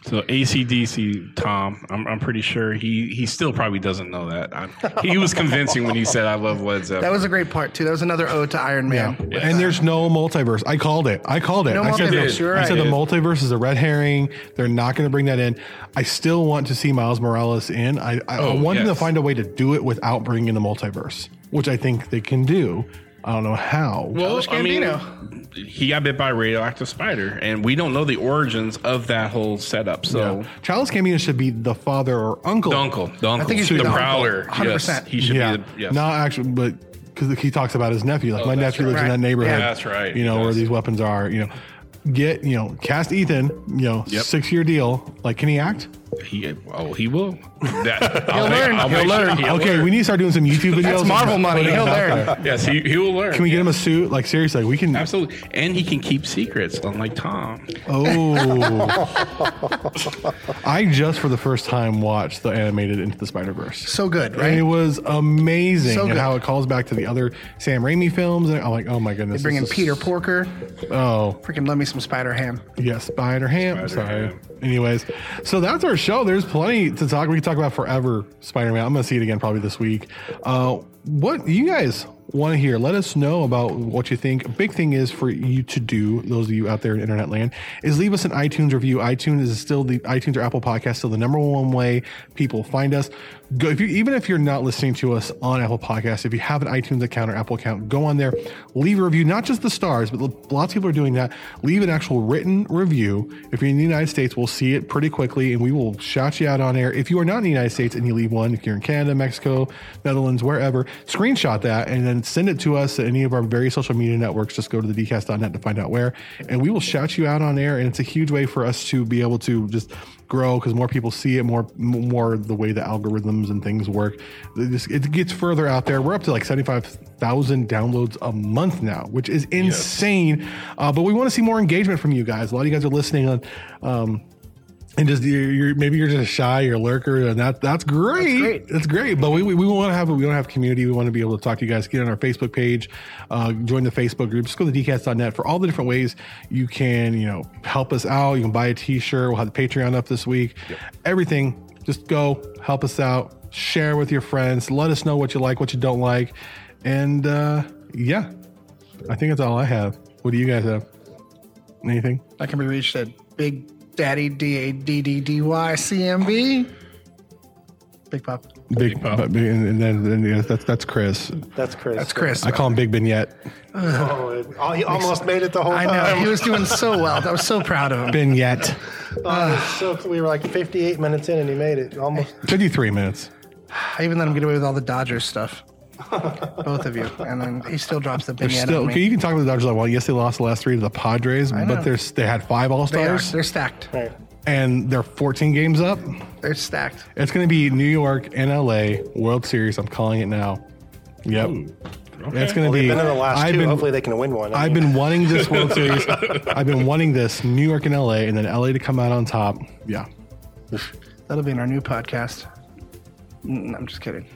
so ACDC Tom, I'm, I'm pretty sure he he still probably doesn't know that. I'm, he was convincing when he said I love Led Zeppelin.
That was a great part too. That was another ode to Iron Man.
And there's no multiverse. I called it. I called it.
No
I said, the-
multiverse, you're
I said
right.
the multiverse is a red herring. They're not going to bring that in. I still want to see Miles Morales in. I, I, I
Oh,
want them to
yes.
find a way to do it without bringing the multiverse, which I think they can do. I don't know how.
Well,
Childish
I mean,
Gambino.
he got bit by a radioactive spider, and we don't know the origins of that whole setup. So
Yeah. Charles Gambino should be the father or uncle.
the uncle, the uncle,
think he should
the
be the uncle,
prowler.
100%.
Yes, he should
yeah.
be. The, yes. Oh,
Not actually, but because he talks about his nephew. Like my
that's
nephew lives in
right.
that neighborhood.
Yeah, that's right.
You know
He
where
does.
these weapons are. You know, get you know cast Ethan. You know,
Yep.
six year deal. Like, can he act?
He, oh, he will. That,
*laughs*
I'll
He'll
make-
learn. He'll
I'll make sure
learn.
he'll
okay, we need to start doing some YouTube videos.
That's
and
Marvel
put
money.
it out
He'll learn.
there.
Yes, he, he will learn.
Can we get him a suit? Like seriously, like we can.
Absolutely, and he can keep secrets, unlike Tom.
Oh, I just for the first time watched the animated Into the Spider Verse.
So good,
And it
right?
was amazing,
So
and
good.
how it calls back to the other Sam Raimi films. And I'm like, oh my goodness,
They bring in
this is-
Peter Porker.
Oh,
Freaking love me some Spider Ham.
yeah, Spider Ham. Sorry.
Spider-Ham.
Anyways, so that's our show. There's plenty to talk. We can talk about forever Spider Man. I'm gonna see it again probably this week. Uh, what you guys want to hear? Let us know about what you think. A big thing is for you to do, those of you out there in internet land, is leave us an iTunes review. iTunes is still the iTunes or Apple Podcast still the number one way people find us. Go if you even if you're not listening to us on Apple Podcasts, if you have an iTunes account or Apple account, go on there, leave a review. Not just the stars, but lots of people are doing that. Leave an actual written review. If you're in the United States, we'll see it pretty quickly and we will shout you out on air. If you are not in the United States and you leave one, if you're in Canada, Mexico, Netherlands, wherever, screenshot that and then send it to us at any of our various social media networks. Just go to the dcast.net to find out where, and we will shout you out on air. And it's a huge way for us to be able to just grow because more people see it, more more the way the algorithms and things work. It, just- it gets further out there. We're up to like seventy five thousand downloads a month now, which is insane. Uh, but we want to see more engagement from you guys. A lot of you guys are listening on. Um, and just you're, you're maybe you're just shy, you're a lurker, and that that's great. That's great.
great.
But we, we, we want to have we want to have community. We want to be able to talk to you guys. Get on our Facebook page, uh, join the Facebook group. Just go to dcast.net for all the different ways you can you know help us out. You can buy a T-shirt. We'll have the Patreon up this week. Everything. Just go help us out. Share with your friends. Let us know what you like, what you don't like, and uh, yeah, I think that's all I have. What do you guys have? Anything?
I can be reached at Big Daddy D A D D D Y C M B. Big Pop.
Big, but, and and then and then that's that's Chris.
That's Chris.
That's Chris.
I call him Big Vignette.
Oh, it- oh, he almost made it the whole
I know.
time.
*laughs* He was doing so well. I was so proud of him.
Vignette.
Oh, so we were like 58 minutes in, and he made it almost.
53 minutes.
I even let him get away with all the Dodgers stuff. Both of you. And then he still drops the
They're
vignette
still,
on
okay,
me.
you can talk about the Dodgers all well. Yes, they lost the last three to the Padres, but
know.
they're, they had five All
They are.
Stars
They're stacked.
Right.
and they're 14 games up.
They're stacked.
It's going to be New York and LA World Series. I'm calling it now. Yep. It's going to
Well, they've
be.
been in the last
I've
two.
been-
Hopefully, they can win one. I
I've
mean,
been wanting this World
*laughs*
Series. I've been wanting this New York and LA, and then LA to come out on top. Yeah.
That'll be in our new podcast. Mm, I'm just kidding.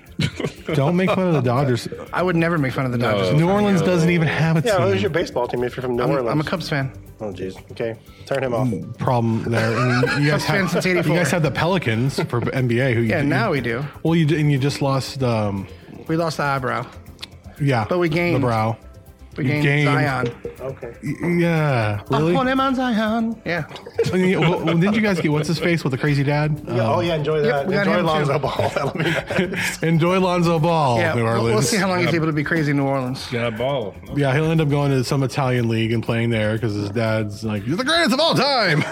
Don't make fun of the *laughs* Dodgers.
I would never make fun of the Dodgers.
New Orleans doesn't even have a team.
Yeah, who's your baseball team if you're from New
I'm,
Orleans?
I'm a Cubs fan.
Oh, jeez. Okay. Turn him off.
problem there. And you guys
been
have
since
you
84.
guys have the Pelicans for NBA. Who you,
Yeah,
you-
now we do.
Well, you and you just lost. Um,
We lost the eyebrow.
yeah,
But we gained.
the brow.
We
You
gained,
gained.
Zion.
Okay.
Yeah, really.
Up on him on Zion. Yeah.
And you- well, well, didn't you guys get what's his face with the crazy
*laughs*
dad?
Yeah,
Um,
oh, yeah. Enjoy that.
we got him,
enjoy
too.
Lonzo Ball. *laughs* That'll be
Enjoy Lonzo Ball,
Yeah.
New
We'll,
Orleans.
we'll see how long he's able to be crazy in New Orleans.
Got a ball.
yeah, he'll end up going to some Italian league and playing there because his dad's like, "You're the greatest of all time."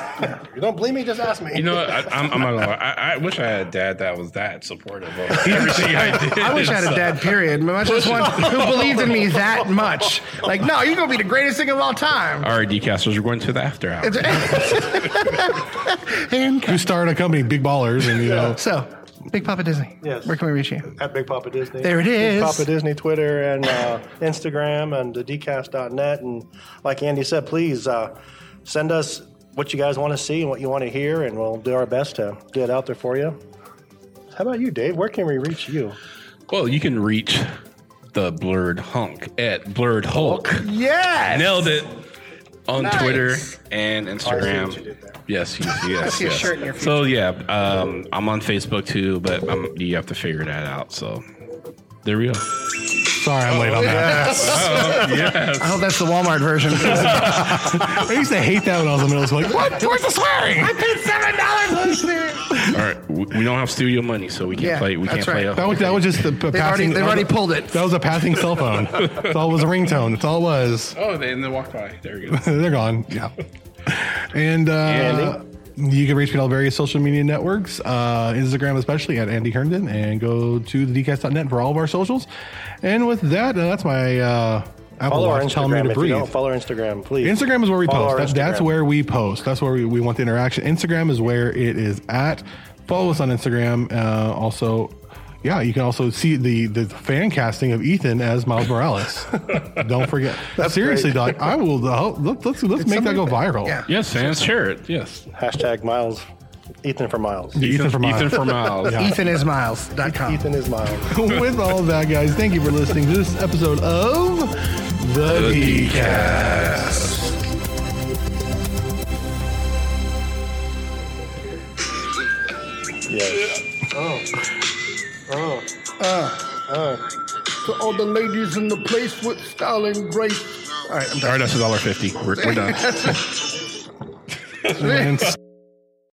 you don't believe me? Just ask me.
You know, what? I, I'm, I'm not gonna lie. I, I wish I had a dad that was that supportive
*laughs*
of everything I did.
I wish I had a dad, period. But I just one who believed in me that much. Like, no, you're going to be the greatest thing of all time.
All right, decasters, we're going to the after hour.
and
Who started a company, Big Ballers, and you know,
*laughs* so, Big Papa Disney.
Yes.
Where can we reach you?
At Big Papa Disney.
There it is.
Big Papa Disney Twitter and uh, Instagram and the decast.net. And like Andy said, please uh, send us what you guys want to see and what you want to hear, and we'll do our best to get it out there for you. How about you, Dave? Where can we reach you?
Well, you can reach the blurred hunk at blurred hulk.
Yes.
Nailed it on
Nice.
Twitter and
I see what you did
Instagram.
there.
Yes,
*laughs*
yes, yes.
see a
yes.
shirt in your
so yeah, um, I'm on Facebook too, but i you have to figure that out. So there
*laughs*
we go.
sorry, I'm
Oh,
late on that.
I hope that's the Walmart version.
*laughs* I used to hate that when I was in middle school. Like, what? Where's the swearing?
All right, we, we don't have studio money, so we can't
Yeah,
play. We can't
that's
play.
right.
a-
That was, that was just the p-
They've already,
passing.
they've already pulled it.
That was a passing cell phone. That's all it was a ringtone. That's all it was.
oh, they, and they walked by. There we go.
They're gone. Yeah. And uh, you can reach me on all various social media networks, uh, Instagram especially at Andy Herndon, and go to the DCast.net for all of our socials. And with that, uh, that's my uh, Apple
Follow our
Watch telling me
Instagram.
to
If you
breathe.
don't follow our Instagram, please.
Instagram is where we
Follow
post.
our
That's, that's
Instagram.
where we post. That's where we, we want the interaction. Instagram is where it is at. Follow us on Instagram. Uh, also, yeah, you can also see the the fan casting of Ethan as Miles
*laughs*
Morales. Don't forget. Seriously, Doc, I will. Uh, let's let's, let's make that go viral.
Yeah.
*laughs* Yes, fans, share it. Yes,
Hashtag Miles. Ethan for Miles.
Ethan for Miles.
Ethan
*laughs*
for miles.
EthanIsMiles.com.
Ethan is Miles. *laughs*
With all of that, guys, thank you for listening to this episode of the, the
Yes.
To all the ladies in the place with style and grace. All right, I'm done. *laughs*
All right, that's a dollar fifty. We're, we're done.
And